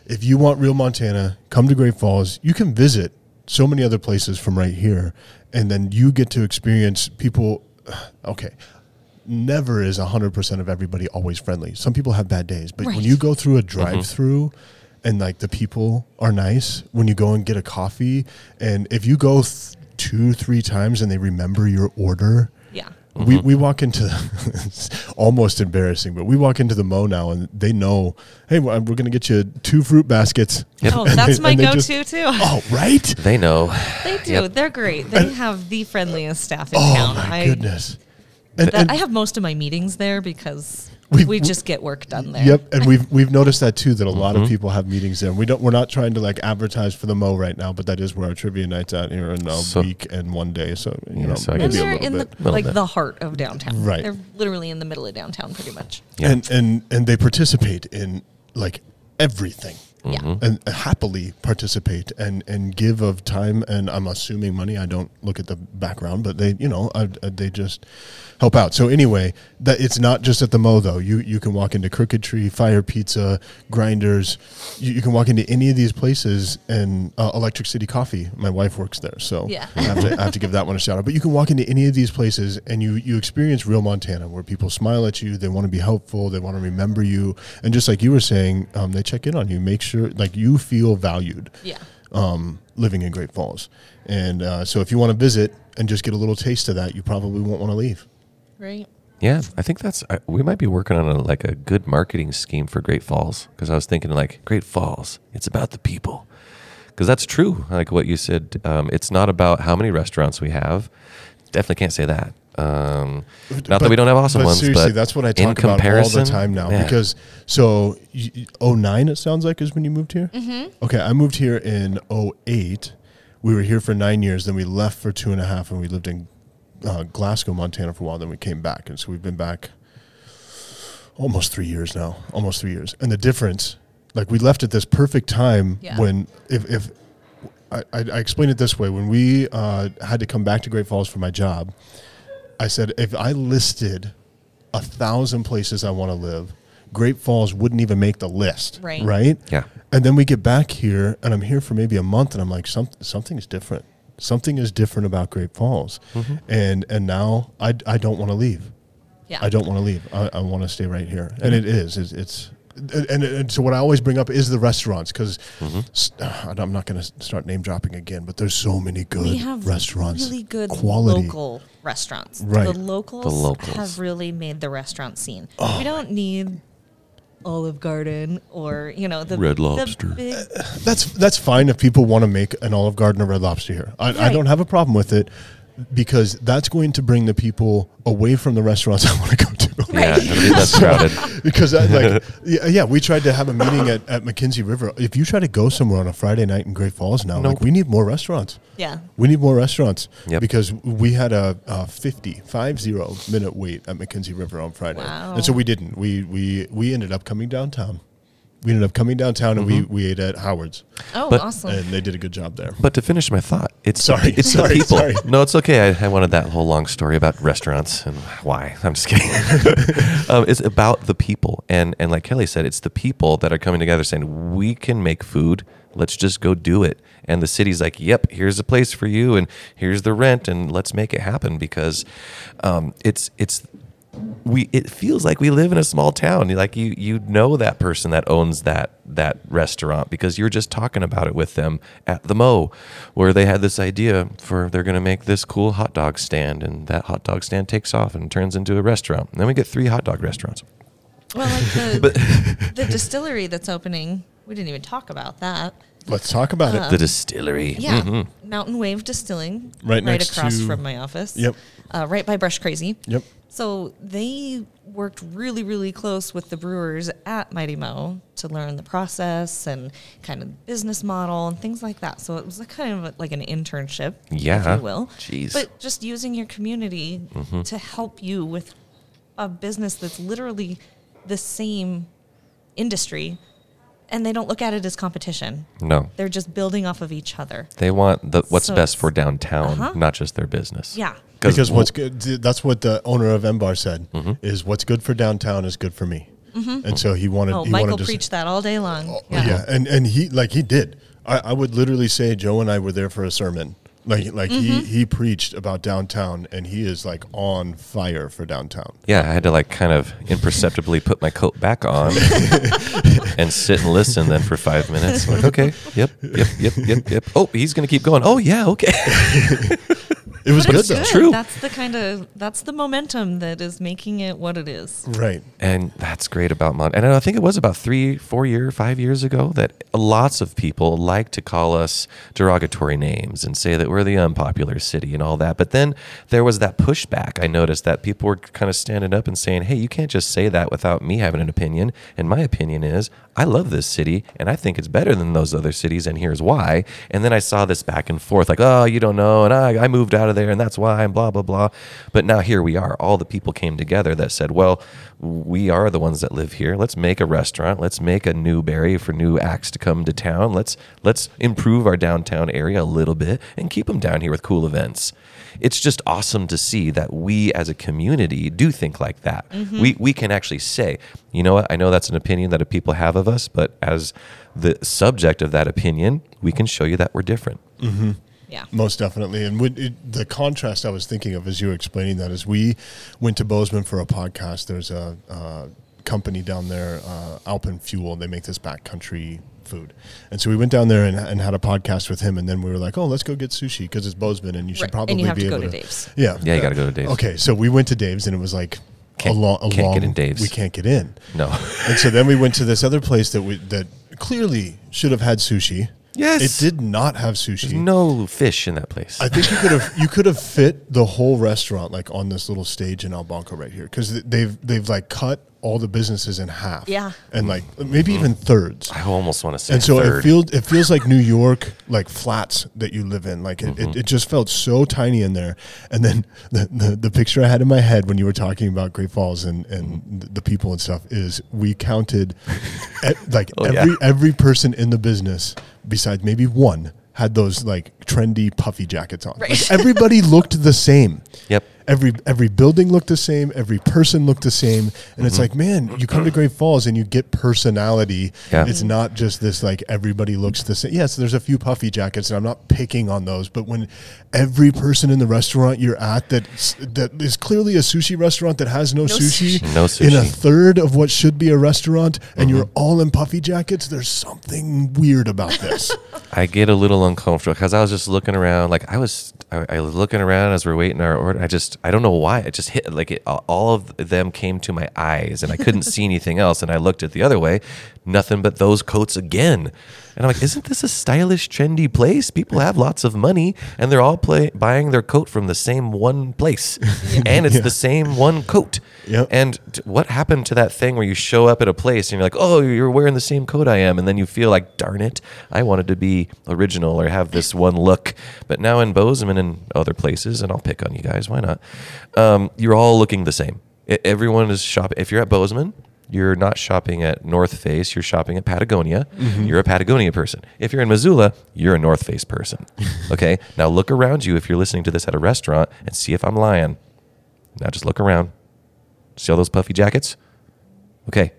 If you want real Montana, come to Great Falls. You can visit, so many other places from right here, and then you get to experience people. Okay, never is hundred percent of everybody always friendly. Some people have bad days, but when
Right.
you go through a drive-through. And like the people are nice when you go and get a coffee, and if you go th- two, three times and they remember your order,
Yeah.
we,
Mm-hmm.
we walk into it's almost embarrassing, but we walk into the Mo now and they know, hey, we're we're gonna get you two fruit baskets.
Oh, that's
they-
my
and they
go-to
just-
too.
Oh, right.
They know.
they do.
Yep.
They're great. They have the friendliest staff in
Oh
town.
my
I,
goodness. And,
That,
and-
I have most of my meetings there because
We- we-
we, just get work done there.
Yep, and we've we've noticed that too. That a lot
Mm-hmm.
of people have meetings there. We don't. We're not trying to like advertise for the Mo right now, but that is where our trivia nights at here in a
So-
week and one day. So you
Yeah,
know,
so I
And
maybe a
guess-
they're
little
in
bit.
the
Little
like
bit.
the heart of downtown.
Right.
They're literally in the middle of downtown, pretty much.
Yeah.
and and and they participate in like everything
Yeah.
and happily participate and and give of time and i'm assuming money i don't look at the background but they you know I, I- they just help out so anyway that it's not just at the mo though you you can walk into crooked tree fire pizza grinders you, you can walk into any of these places and uh, electric city coffee my wife works there so
Yeah.
I have, to, I have to give that one a shout out. But you can walk into any of these places and you you experience real Montana, where people smile at you, they want to be helpful, they want to remember you, and just like you were saying, um, they check in on you, make sure like you feel valued.
Yeah.
Um, living in Great Falls, and uh, so if you want to visit and just get a little taste of that, you probably won't want to leave.
Right.
Yeah, I think that's I, we might be working on a, like a good marketing scheme for Great Falls because I was thinking like Great Falls, it's about the people because that's true. Like what you said, um, it's not about how many restaurants we have. Definitely can't say that. Um, not that
But-
we don't have awesome
but
ones,
seriously,
but
that's what I
in
talk about all the
comparison,
time now.
man.
Because so y- y- 09, it sounds like is when you moved here. Mm-hmm. Okay, I moved here in 08. We were here for nine years, then we left for two and a half, and we lived in uh, Glasgow, Montana, for a while. Then we came back, and so we've been back almost three years now, almost three years. And the difference, like we left at this perfect time
Yeah.
when if, if I, I I explained it this way, when we uh, had to come back to Great Falls for my job, I said if I listed a thousand places I want to live, Great Falls wouldn't even make the list,
Right.
Right?
Yeah.
And then we get back here, and I'm here for maybe a month, and I'm like, Some, something is different. Something is different about Great Falls, and and now I, I don't want to leave.
Yeah.
I don't want to leave. I, I want to stay right here. And it is. It's. it's and, and so what I always bring up is the restaurants because I'm not going to start name dropping again, but there's so many good
we have
restaurants,
really good local restaurants.
Right.
The locals,
The locals.
have really made the restaurant scene.
Oh
we don't need Olive Garden or you know the
Red
the
Lobster.
big-
That's that's fine if people want to make an Olive Garden or Red Lobster here. I, I
Right.
don't have a problem with it because that's going to bring the people away from the restaurants I want to go to.
yeah, everything that's crowded.
because I, like yeah, yeah, we tried to have a meeting at, at McKinsey River. If you try to go somewhere on a Friday night in Great Falls now, like
Nope.
we need more restaurants.
yeah.
We need more restaurants
Yep.
because we had a, a 50, 50 minute wait at McKinsey River on Friday.
Wow.
And so we didn't. We, we, we ended up coming downtown. We ended up coming downtown and
Mm-hmm.
we, we ate at Howard's
Oh,
But-
awesome.
and they did a good job there.
But to finish my thought, it's the
Sorry,
pe- it's
sorry,
the people.
sorry.
No, it's okay. I, I wanted that whole long story about restaurants and why. I'm just kidding. um, it's about the people, and and like Kelly said, it's the people that are coming together saying we can make food. Let's just go do it. And the city's like, yep, here's a place for you, and here's the rent, and let's make it happen because um, it's it's we it feels like we live in a small town like you you know that person that owns that that restaurant because you're just talking about it with them at the mo where they had this idea for they're going to make this cool hot dog stand and that hot dog stand takes off and turns into a restaurant and then we get three hot dog restaurants
well, like the, the distillery that's opening, we didn't even talk about that.
Let's talk about it.
the distillery
Yeah,
Mhm.
Mountain Wave Distilling,
Right next
across
to-
from my office.
Yep.
uh, right by Brush Crazy.
Yep.
So they worked really, really close with the brewers at Mighty Mo to learn the process and kind of business model and things like that. So it was a kind of like an internship,
Yeah.
if you will.
Jeez. Mm-hmm.
But just using your community to help you with a business that's literally the same industry, and they don't look at it as competition.
no
They're just building off of each other.
they want the what's
So
best
it's-
for downtown
Uh-huh.
not just their business
Yeah.
Because what's good, that's what the owner of Embar said is what's good for downtown is good for me. And so he wanted,
Oh,
he
Michael
wanted to, s- Oh,
preached that all day long.
yeah. and and he like he did I, I would literally say Joe and I were there for a sermon. Like like
Mm-hmm.
he he preached about downtown and he is like on fire for downtown.
Yeah, I had to like kind of imperceptibly put my coat back on and sit and listen then for five minutes. I'm like, okay, yep, yep, yep, yep, yep. Oh, he's gonna keep going. Oh yeah, okay.
It was
But
good
it's
though.
good.
True.
That's the kind of that's the momentum that is making it what it is.
Right.
And that's great about Mon. And I think it was about three, four year, five years ago that lots of people like to call us derogatory names and say that we're the unpopular city and all that. But then there was that pushback. I noticed that people were kind of standing up and saying, "Hey, you can't just say that without me having an opinion." And my opinion is, I love this city and I think it's better than those other cities, and here's why. And then I saw this back and forth, like, "Oh, you don't know," and I, I moved out of there, and that's why, and blah blah blah. But now here we are. All the people came together that said, "Well." we are the ones that live here. Let's make a restaurant. Let's make a new berry for new acts to come to town. Let's let's improve our downtown area a little bit and keep them down here with cool events. It's just awesome to see that we as a community do think like that. We we can actually say, you know what? I know that's an opinion that people have of us, but as the subject of that opinion, we can show you that we're different.
Yeah.
Most definitely. And would it, the contrast I was thinking of as you were explaining that is we went to Bozeman for a podcast. There's a uh, company down there, uh, Alpen Fuel, and they make this backcountry food. And so we went down there and, and had a podcast with him. And then we were like, oh, let's go get sushi because it's Bozeman and you should
Right.
probably
And you have
be
to go
able
to Dave's.
Yeah.
Yeah, you gotta go to Dave's.
Okay. So we went to Dave's and it was like,
Can't-
a long, a
can't
long,
get in Dave's.
We can't get in.
No.
And so then we went to this other place that we that clearly should have had sushi.
Yes.
It did not have sushi.
No fish in that place.
I think you could have you could have fit the whole restaurant like on this little stage in Albanca right here because they've they've like cut all the businesses in half.
Yeah.
and like maybe even thirds.
I almost want to say
And so
third.
it feels it feels like New York, like flats that you live in. Like it,
Mm-hmm.
it, it just felt so tiny in there. And then the, the the picture I had in my head when you were talking about Great Falls and and the people and stuff is we counted e- like
Oh, yeah.
every every person in the business besides maybe one had those like trendy puffy jackets on.
Right.
Like everybody looked the same.
Yep.
Every every building looked the same. Every person looked the same. And it's
Mm-hmm.
like, man, you come to Great Falls and you get personality.
Yeah.
It's not just this like everybody looks the same. Yes, there's a few puffy jackets, and I'm not picking on those. But when every person in the restaurant you're at that that is clearly a sushi restaurant that has no, sushi,
sushi.
in
No
a
sushi. Mm-hmm.
third of what should be a restaurant, and you're all in puffy jackets, there's something weird about this.
I get a little uncomfortable because I was just looking around. Like I was, I, I was looking around as we're waiting our order. I just, I don't know why. It just hit like it, all of them came to my eyes, and I couldn't see anything else. And I looked at the other way, nothing but those coats again. And I'm like, isn't this a stylish, trendy place? People have lots of money, and they're all play, buying their coat from the same one place, and it's the same one coat.
Yep.
And t- what happened to that thing where you show up at a place and you're like, oh, you're wearing the same coat I am. And then you feel like, darn it, I wanted to be original or have this one look. But now in Bozeman and other places, and I'll pick on you guys, why not? Um, you're all looking the same. E- everyone is shopping. If you're at Bozeman, you're not shopping at North Face, you're shopping at Patagonia. You're a Patagonia person. If you're in Missoula, you're a North Face person. Okay? now look around you if you're listening to this at a restaurant and see if I'm lying. Now just look around. See all those puffy jackets? Okay.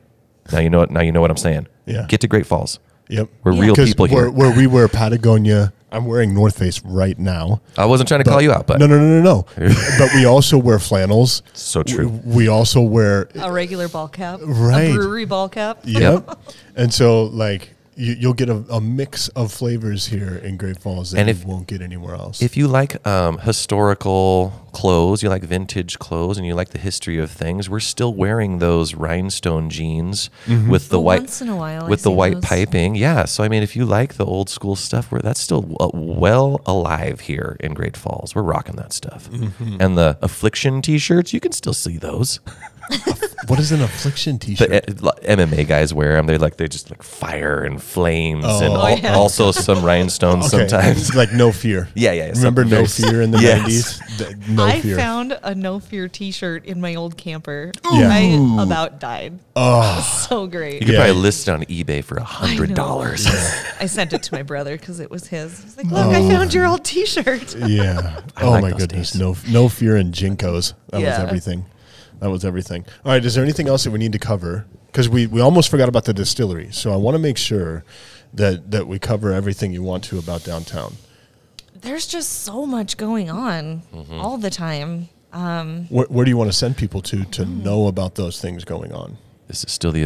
Now you know what now you know what I'm saying.
Yeah.
Get to Great Falls.
Yep.
We're real
'Cause
people
where,
here.
Where we wear Patagonia, I'm wearing North Face right now.
I wasn't trying to call you out, but
no, no, no, no, no. but we also wear flannels.
So true.
We, we also wear
A regular ball cap.
Right.
A brewery ball cap.
yep. and so like you, you'll get a, a mix of flavors here in Great Falls that
And
you
if-
won't get anywhere else.
If you like um, historical clothes, you like vintage clothes, and you like the history of things, we're still wearing those rhinestone jeans
Mm-hmm.
with the
Oh,
white
once in a while I
with the
see
white
those.
piping. Yeah, so I mean, if you like the old school stuff, we're, that's still uh, well alive here in Great Falls. We're rocking that stuff,
Mm-hmm.
and the affliction T-shirts, you can still see those.
what is an affliction T-shirt?
the uh, like, MMA guys wear them. They like they just like fire and flames, and
Oh.
al-
Oh, yeah.
also some rhinestones
Okay,
sometimes.
like no fear.
Yeah, yeah, yeah,
Remember
something
no
very-
fear in the
Yes.
nineties? No
I
fear.
found a no fear T-shirt in my old camper.
Yeah.
I about died. Oh, so great!
You could
Yeah.
probably list it on eBay for a hundred dollars.
I sent it to my brother because it was his. I was like, "Look,
Oh.
I found your old T-shirt."
yeah.
I
Oh
like
my
those
goodness.
days.
No, no fear in jinkos. That
Yeah.
was everything. that was everything. All right, is there anything else that we need to cover? Because we, we almost forgot about the distillery, so I want to make sure that that we cover everything you want to about downtown.
There's just so much going on all the time.
Where, where do you want to send people to to know about those things going on?
Is it still the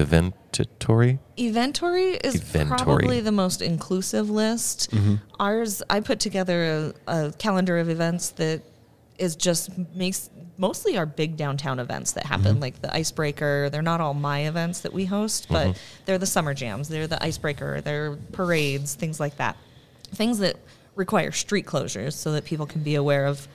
Aventatory?
Eventory is
Eventory.
probably the most inclusive list. Ours, I put together a, a calendar of events that is just makes mostly our big downtown events that happen, like the Icebreaker. They're not all my events that we host, but they're the summer jams, they're the Icebreaker, they're parades, things like that. Things that require street closures so that people can be aware of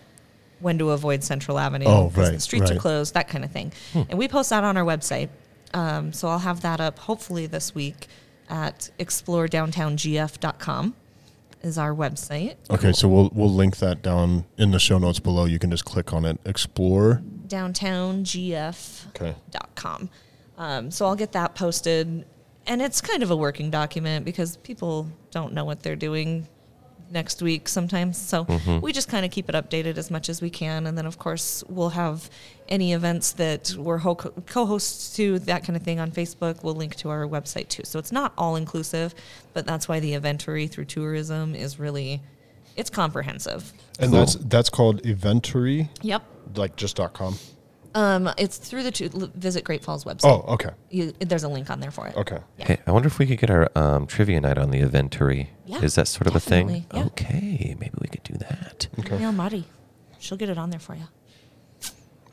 when to avoid Central Avenue.
Oh,
'cause The
right,
streets are
right. Hmm.
closed closed, that kind of thing. And we post that on our website. Um, so I'll have that up hopefully this week at exploredowntowngf.com is our website.
Okay, so we'll we'll link that down in the show notes below. You can just click on it. Explore.
Downtowngf.com.
Okay.
Um, so I'll get that posted. And it's kind of a working document because people don't know what they're doing next week sometimes. So we just kind of keep it updated as much as we can. And then, of course, we'll have any events that we're ho- co hosts to, that kind of thing on Facebook. We'll link to our website too. So it's not all inclusive, but that's why the inventory through tourism is really. It's comprehensive.
And that's that's called Eventory,
Yep.
like just dot com.
Um, it's through the tu- visit Great Falls website.
Oh, okay,
You, there's a link on there for it.
okay.
Hey, I wonder if we could get our um, trivia night on the Aventatory.
Yeah,
Is that sort of a thing?
definitely, yeah.
Okay, maybe we could do that.
Email Marty. She'll get it on there for you.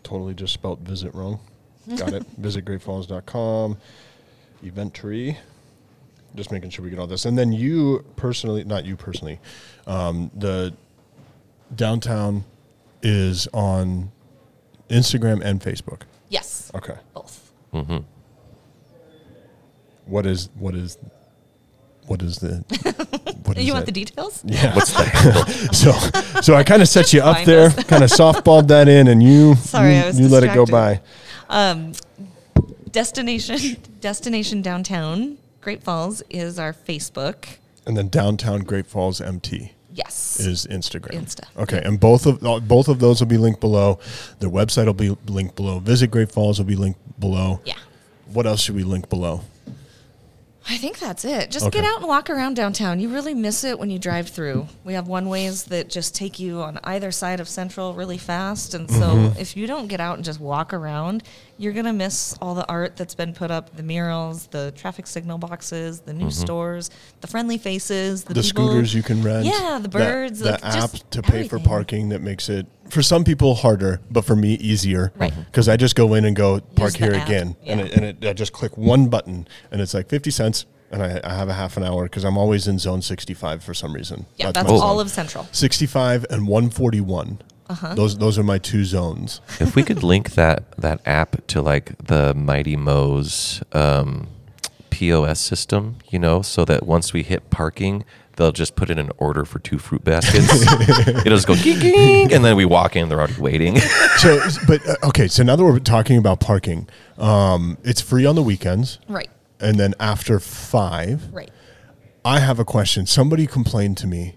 Totally just spelt visit wrong. Got it. Visit greatfalls.com. Eventory. Just making sure we get all this. And then you personally, not you personally, um, the downtown is on Instagram and Facebook.
Yes.
Okay.
Both.
What is what is what is the what
you want
that?
the details?
Yeah. What's that? so so I kind of set you up
Find
there,
us.
kind of softballed that in, and you
Sorry,
you,
I was
you let it go
distracted.
by.
Destination Destination Downtown Great Falls is our Facebook.
And then downtown Great Falls MT.
Yes.
is Instagram.
Insta.
Okay, and both of uh, both of those will be linked below. Their website will be linked below. Visit Great Falls will be linked below.
yeah.
What else should we link below?
I think that's it. Just
Okay.
get out and walk around downtown. You really miss it when you drive through. We have one ways that just take you on either side of Central really fast. And so
Mm-hmm.
if you don't get out and just walk around, you're going to miss all the art that's been put up the murals, the traffic signal boxes, the new stores, the friendly faces,
Mm-hmm.
the,
The
people-
scooters you can rent.
Yeah, the birds.
The,
like,
the
just
app to pay for
everything.
parking that makes it for some people harder, but for me easier.
Right.
Because I just go in and go park
the
here
app,
again, and
yeah.
it, and it, I just click one button, and it's like fifty cents, and I, I have a half an hour because I'm always in zone sixty five for some reason.
Yeah,
my
that's
zone.
all of Central.
65 and 141. Those those are my two zones.
if we could link that that app to like the Mighty Mo's um, POS system, you know, so that once we hit parking, they'll just put in an order for two fruit baskets. It'll just go geek, geek, and then we walk in, they're already waiting.
So, but uh, okay. So now that we're talking about parking, um, it's free on the weekends,
Right,
and then after five,
right.
I have a question. Somebody complained to me.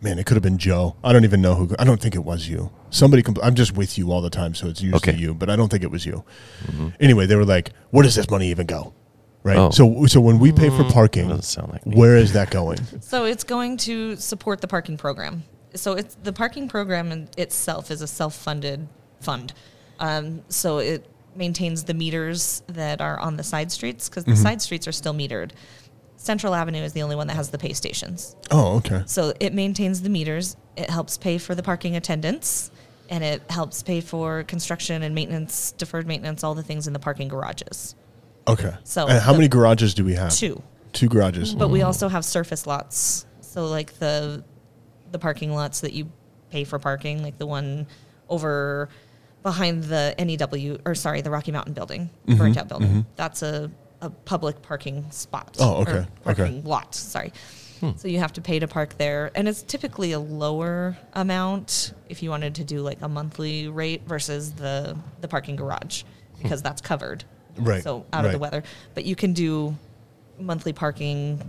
Man, it could have been Joe. I don't even know who. I don't think it was you. Somebody. Compl- I'm just with you all the time, so it's usually
Okay. Mm-hmm.
you. But I don't think it was you. Anyway, they were like, "Where does this money even go?" Right.
Oh. Mm.
So, so when we pay for parking,
doesn't sound like me.
where is that going?
So it's going to support the parking program. So it's the parking program in itself is a self-funded fund. Um, so it maintains the meters that are on the side streets because the side streets are still metered. Central Avenue is the only one that has the pay stations.
Oh, okay.
So it maintains the meters, it helps pay for the parking attendants, and it helps pay for construction and maintenance, deferred maintenance, all the things in the parking garages.
Okay.
So
and how
the-
many garages do we have?
Two. Mm-hmm.
Two garages.
But we also have surface lots. So like the the parking lots that you pay for parking, like the one over behind the NEW or sorry, the Rocky Mountain building,
Mm-hmm.
burnt out building. That's a, a public parking spot.
Oh,
or
okay, okay.
Parking lot, sorry.
Hmm.
So you have to pay to park there. And it's typically a lower amount if you wanted to do like a monthly rate versus the the parking garage because that's covered.
Hmm. Right,
So out of the
right.
weather. But you can do monthly parking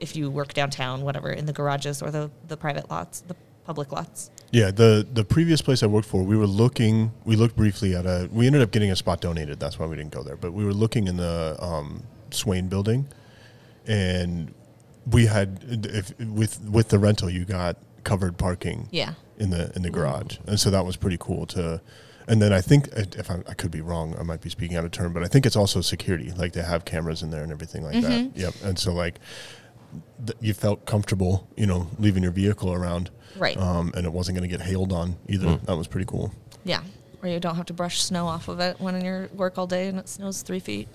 if you work downtown, whatever, in the garages or the, the private lots, the public lots.
Yeah, the the previous place I worked for, we were looking. We looked briefly at a. We ended up getting a spot donated. That's why we didn't go there. But we were looking in the um, Swain Building, and we had if with with the rental, you got covered parking.
Yeah.
In the in the garage, and so that was pretty cool to. And then I think if I, I could be wrong, I might be speaking out of turn, but I think it's also security. Like they have cameras in there and everything like that. Yep. And so like th- you felt comfortable, you know, leaving your vehicle around.
Right.
Um, and it wasn't going to get hailed on either. That was pretty cool.
Yeah. Or you don't have to brush snow off of it when you're at work all day and it snows three feet.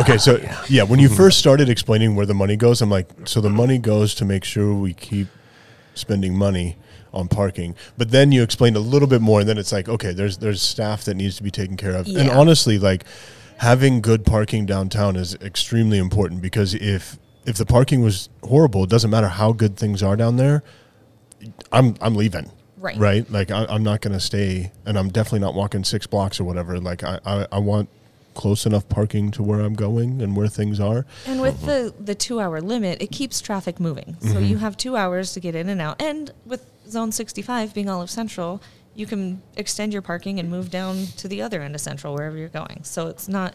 Okay, so yeah, when you first started explaining where the money goes, I'm like, so the money goes to make sure we keep spending money on parking. But then you explained a little bit more, and then it's like, okay, there's there's staff that needs to be taken care of. And
Yeah.
honestly, like having good parking downtown is extremely important because if if the parking was horrible, it doesn't matter how good things are down there. I'm I'm leaving.
Right.
Right. Like I, I'm not going to stay, and I'm definitely not walking six blocks or whatever. Like I, I, I want close enough parking to where I'm going and where things are.
And with the, the two hour limit, it keeps traffic moving. So you have two hours to get in and out. And with Zone 65 being all of Central, you can extend your parking and move down to the other end of Central, wherever you're going. So it's not,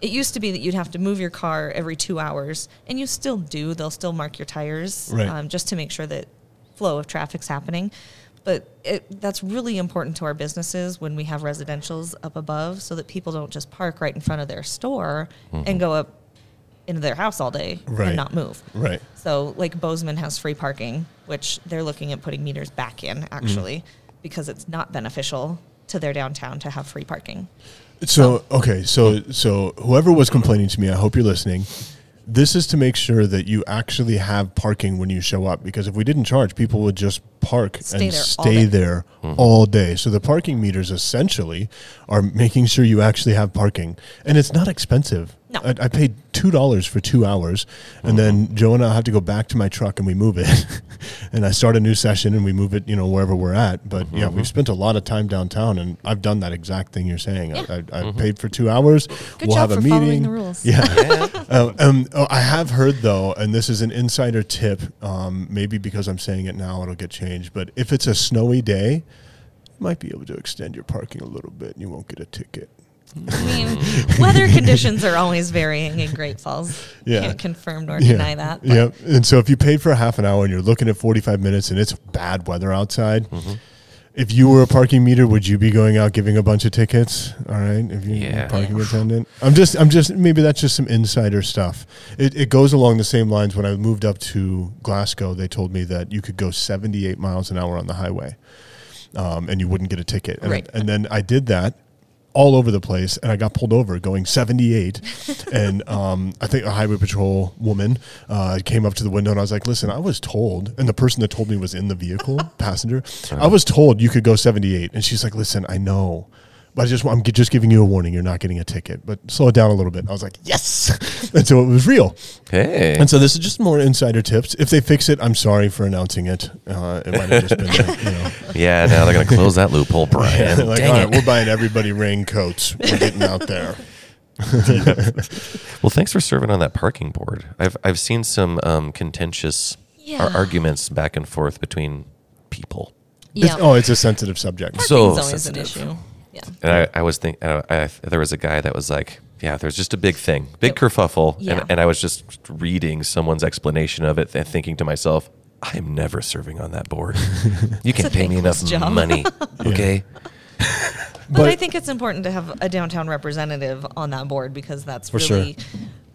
it used to be that you'd have to move your car every two hours, and you still do. They'll still mark your tires
Right.
um, just to make sure that flow of traffic's happening. But it, that's really important to our businesses when we have residentials up above so that people don't just park right in front of their store and go up into their house all day
Right.
and not move.
Right.
So, like Bozeman has free parking, which they're looking at putting meters back in actually
Mm-hmm.
because it's not beneficial to their downtown to have free parking.
So okay, so so whoever was complaining to me, I hope you're listening. This is to make sure that you actually have parking when you show up because if we didn't charge, people would just park
Stay
and
there all
stay
day.
there all day. So the parking meters essentially are making sure you actually have parking, and it's not expensive.
No. Mm-hmm.
I, I paid two dollars for two hours, and then Joe and I have to go back to my truck and we move it, and I start a new session and we move it, you know, wherever we're at. But yeah,
Mm-hmm.
we've spent a lot of time downtown, and I've done that exact thing you're saying. I, I, I paid for two hours.
Mm-hmm. Good
we'll
job
have a
for following
meeting.
the rules.
Yeah. um, um, oh, I have heard though, and this is an insider tip. Um, maybe because I'm saying it now, it'll get changed. But if it's a snowy day, you might be able to extend your parking a little bit, and you won't get a ticket.
I mean, weather conditions are always varying in Great Falls.
Yeah.
Can't confirm nor
Yeah.
deny that. but
Yep. And so if you paid for a half an hour and you're looking at 45 minutes and it's bad weather outside,
Mm-hmm.
if you were a parking meter, would you be going out giving a bunch of tickets? All right. If you're
Yeah.
a parking attendant, I'm just, I'm just, maybe that's just some insider stuff. It, it goes along the same lines. When I moved up to Glasgow, they told me that you could go 78 miles an hour on the highway um, and you wouldn't get a ticket. And,
Right.
and then I did that all over the place, and I got pulled over going 78. and um, I think a highway patrol woman uh, came up to the window, and I was like, "Listen, I was told," and the person that told me was in the vehicle, passenger. I was told you could go 78, and she's like, "Listen, I know." But I just, I'm gi- just giving you a warning. You're not getting a ticket, but slow it down a little bit. I was like, yes. and so it was real.
Hey.
And so this is just more insider tips. If they fix it, I'm sorry for announcing it. Uh, it might have just been, that, you know,
yeah, now they're going to close that loophole, Brian.
like,
Dang
all
it.
right, we're buying everybody raincoats. We're getting out there.
Well, thanks for serving on that parking board. I've I've seen some um, contentious
Yeah.
ar- arguments back and forth between people,
Yeah.
It's, oh, it's a sensitive subject.
So-
Parking's always
sensitive.
an issue. Yeah.
and I, I was thinking I, I, there was a guy that was like, "Yeah, there's just a big thing, big kerfuffle,"
Yeah.
and and I was just reading someone's explanation of it and thinking to myself, "I'm never serving on that board. You can't pay me
thankless
enough
job.
money, okay?"
But,
But-
I think it's important to have a downtown representative on that board because that's
For sure.
really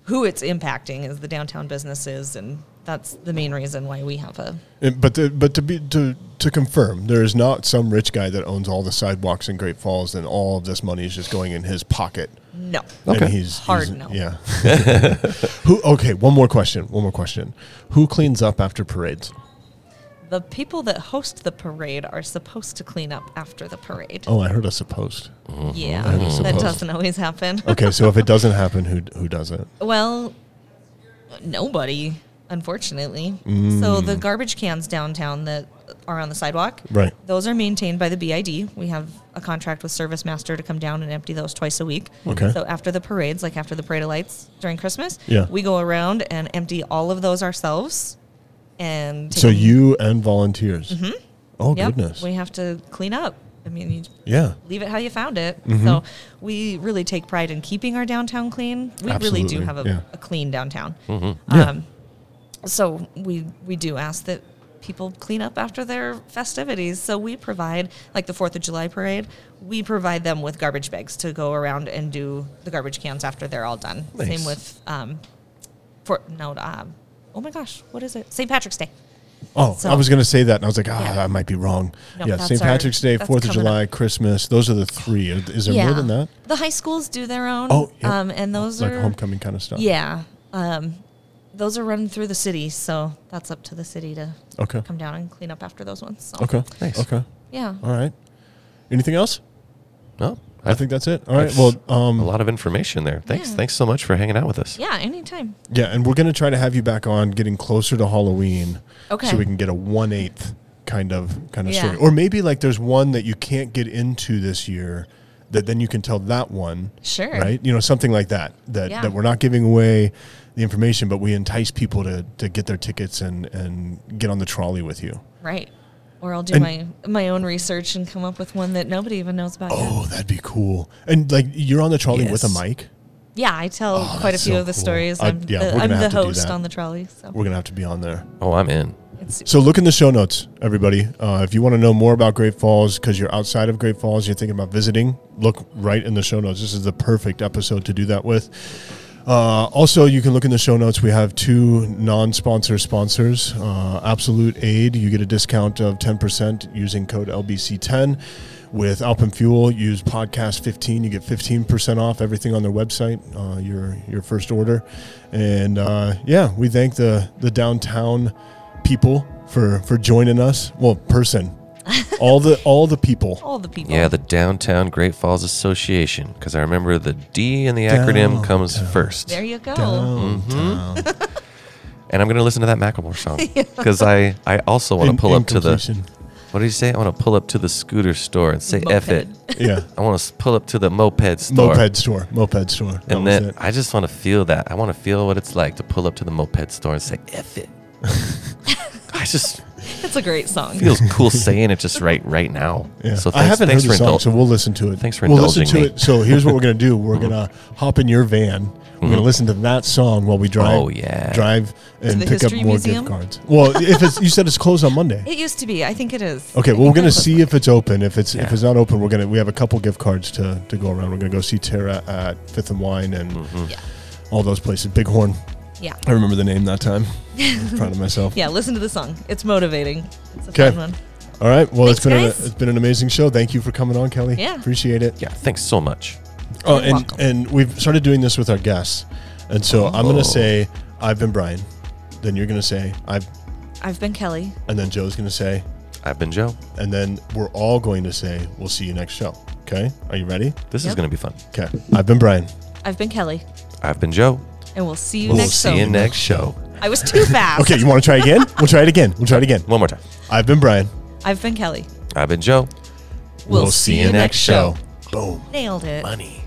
who it's impacting is the downtown businesses, and that's the main reason why we have a
And- But the, but to be to to confirm, there is not some rich guy that owns all the sidewalks in Great Falls, and all of this money is just going in his pocket.
no.
Okay.
And he's
Hard
he's-
no.
Yeah. Who? Okay. One more question. One more question. Who cleans up after parades?
The people that host the parade are supposed to clean up after the parade.
Oh, I heard us supposed.
yeah,
I was
that
supposed.
doesn't always happen.
Okay, so if it doesn't happen, who who does it?
Well, nobody, unfortunately.
Mm.
So the garbage cans downtown that are on the sidewalk,
Right.
Those are maintained by the BID. We have a contract with Service Master to come down and empty those twice a week.
Okay.
So after the parades, like after the parade of lights during Christmas,
Yeah.
we go around and empty all of those ourselves. And
So
take- Mm-hmm.
you and volunteers. Oh
yep,
goodness.
we have to clean up. I mean, you
yeah.
leave it how you found it.
Mm-hmm.
So we really take pride in keeping our downtown clean. We really
Absolutely,
do have a,
yeah.
a clean downtown.
Yeah.
Um, so we we do ask that people clean up after their festivities. So we provide like the Fourth of July parade. We provide them with garbage bags to go around and do the garbage cans after they're all done.
Nice.
Same with um, for no um, oh my gosh, what is it? St. Patrick's Day.
Oh,
So-
I was going to say that, and I was like, ah,
Yeah.
I might be wrong.
No,
yeah,
that's
St.
our-
Patrick's Day,
that's
Fourth of
coming up.
July, Christmas. Those are the three. Is there more than that?
The high schools do their own.
Oh, yeah.
um, and those
like
are
homecoming kind of stuff.
Yeah. Um, those are run through the city, so that's up to the city to
Okay.
come down and clean up after those ones. So,
Okay.
Nice.
Okay.
Yeah.
All right. Anything else?
No,
I think that's it. All right. Well,
a
um,
lot of information there. Thanks,
Yeah.
thanks so much for hanging out with us.
Yeah, anytime.
yeah, and we're going to try to have you back on getting closer to Halloween,
Okay.
so we can get a one eighth kind of kind of
Yeah.
story, or maybe like there's one that you can't get into this year, that then you can tell that one,
Sure.
right? You know, something like that. That
Yeah.
that we're not giving away the information, but we entice people to to get their tickets and and get on the trolley with you.
Right. Or I'll do
And-
my my own research and come up with one that nobody even knows about yet.
Oh, that'd be cool. And like you're on the trolley with a
Yes.
mic.
Yeah, I tell
Oh,
quite a
that's
few
so
of the
cool.
stories.
I-
I'm
yeah, we're
the,
gonna
I'm the
have to do
host
that.
on the trolley. So
We're gonna have to be on there.
Oh, I'm in.
it's
So look in the show notes, everybody. Uh, if you want to know more about Great Falls, because you're outside of Great Falls, you're thinking about visiting, look right in the show notes. This is the perfect episode to do that with. Uh, also, you can look in the show notes. We have two non-sponsor sponsors. Uh, Absolute Aid, you get a discount of 10% using code LBC10. With Alpen Fuel, use podcast 15. You get 15% off everything on their website, uh, your your first order. And uh, yeah, we thank the the downtown people for for joining us. Well, person, all the all the people.
all the people.
Yeah, the Downtown Great Falls Association, because I remember the D in the acronym comes first.
there you go.
Mm-hmm.
Downtown.
and I'm going to listen to that Macklemore song because I, I also want
In-
to pull up to the
incompletion.
what did he say? I want to pull up to the scooter store and say "f it."
Moped.
yeah
I want to pull up to the moped store.
moped store, moped store. That
And
was
then
it.
I just want to feel that. I want to feel what it's like to pull up to the moped store and say "f it." I just
It's a great song.
feels cool saying it just right right now.
Yeah.
So thanks,
I haven't
thanks
heard the
for
song,
indulging.
so we'll listen to it.
thanks for
we'll listen
indulging
to
me. Mm-hmm.
it. So here's what we're gonna do: we're gonna hop in your van. We're gonna listen to that song while we drive.
Oh, yeah.
drive and
the
pick up
history
more
museum?
gift cards. Well, if it's you said it's closed on Monday.
It used to be. I think it is.
Okay,
I
well,
think
we're gonna
that's what-
see if it's open. If it's if
Yeah.
it's not open, we're gonna we have a couple gift cards to to go around. We're gonna go see Tara at Fifth and Wine and
Mm-hmm.
Yeah.
all those places. Bighorn,
Yeah.
I remember the name that time. I'm proud of myself.
Yeah, listen to the song. It's motivating. It's a
'Kay.
fun one.
All right. Well, it's
Thanks,
been an,
guys.
it's been an amazing show. Thank you for coming on, Kelly.
Yeah.
appreciate it.
Yeah, thanks so much.
Oh,
You're
and
welcome.
and we've started doing this with our guests, and so I'm
Oh.
gonna say I've been Brian, then you're gonna say I've,
I've been Kelly.
and then Joe's gonna say,
I've been Joe.
and then we're all going to say we'll see you next show. Okay, are you ready?
This is
Yep.
going to be fun.
Okay, I've been Brian.
I've been Kelly.
I've been Joe.
And we'll see you
We'll
next
see
See you
time.
next show.
I was too fast.
Okay, you want to try again? we'll try it again. We'll try it again.
One more time.
I've been Brian.
I've been Kelly.
I've been Joe.
We'll see you next show.
Boom.
Nailed it.
Money.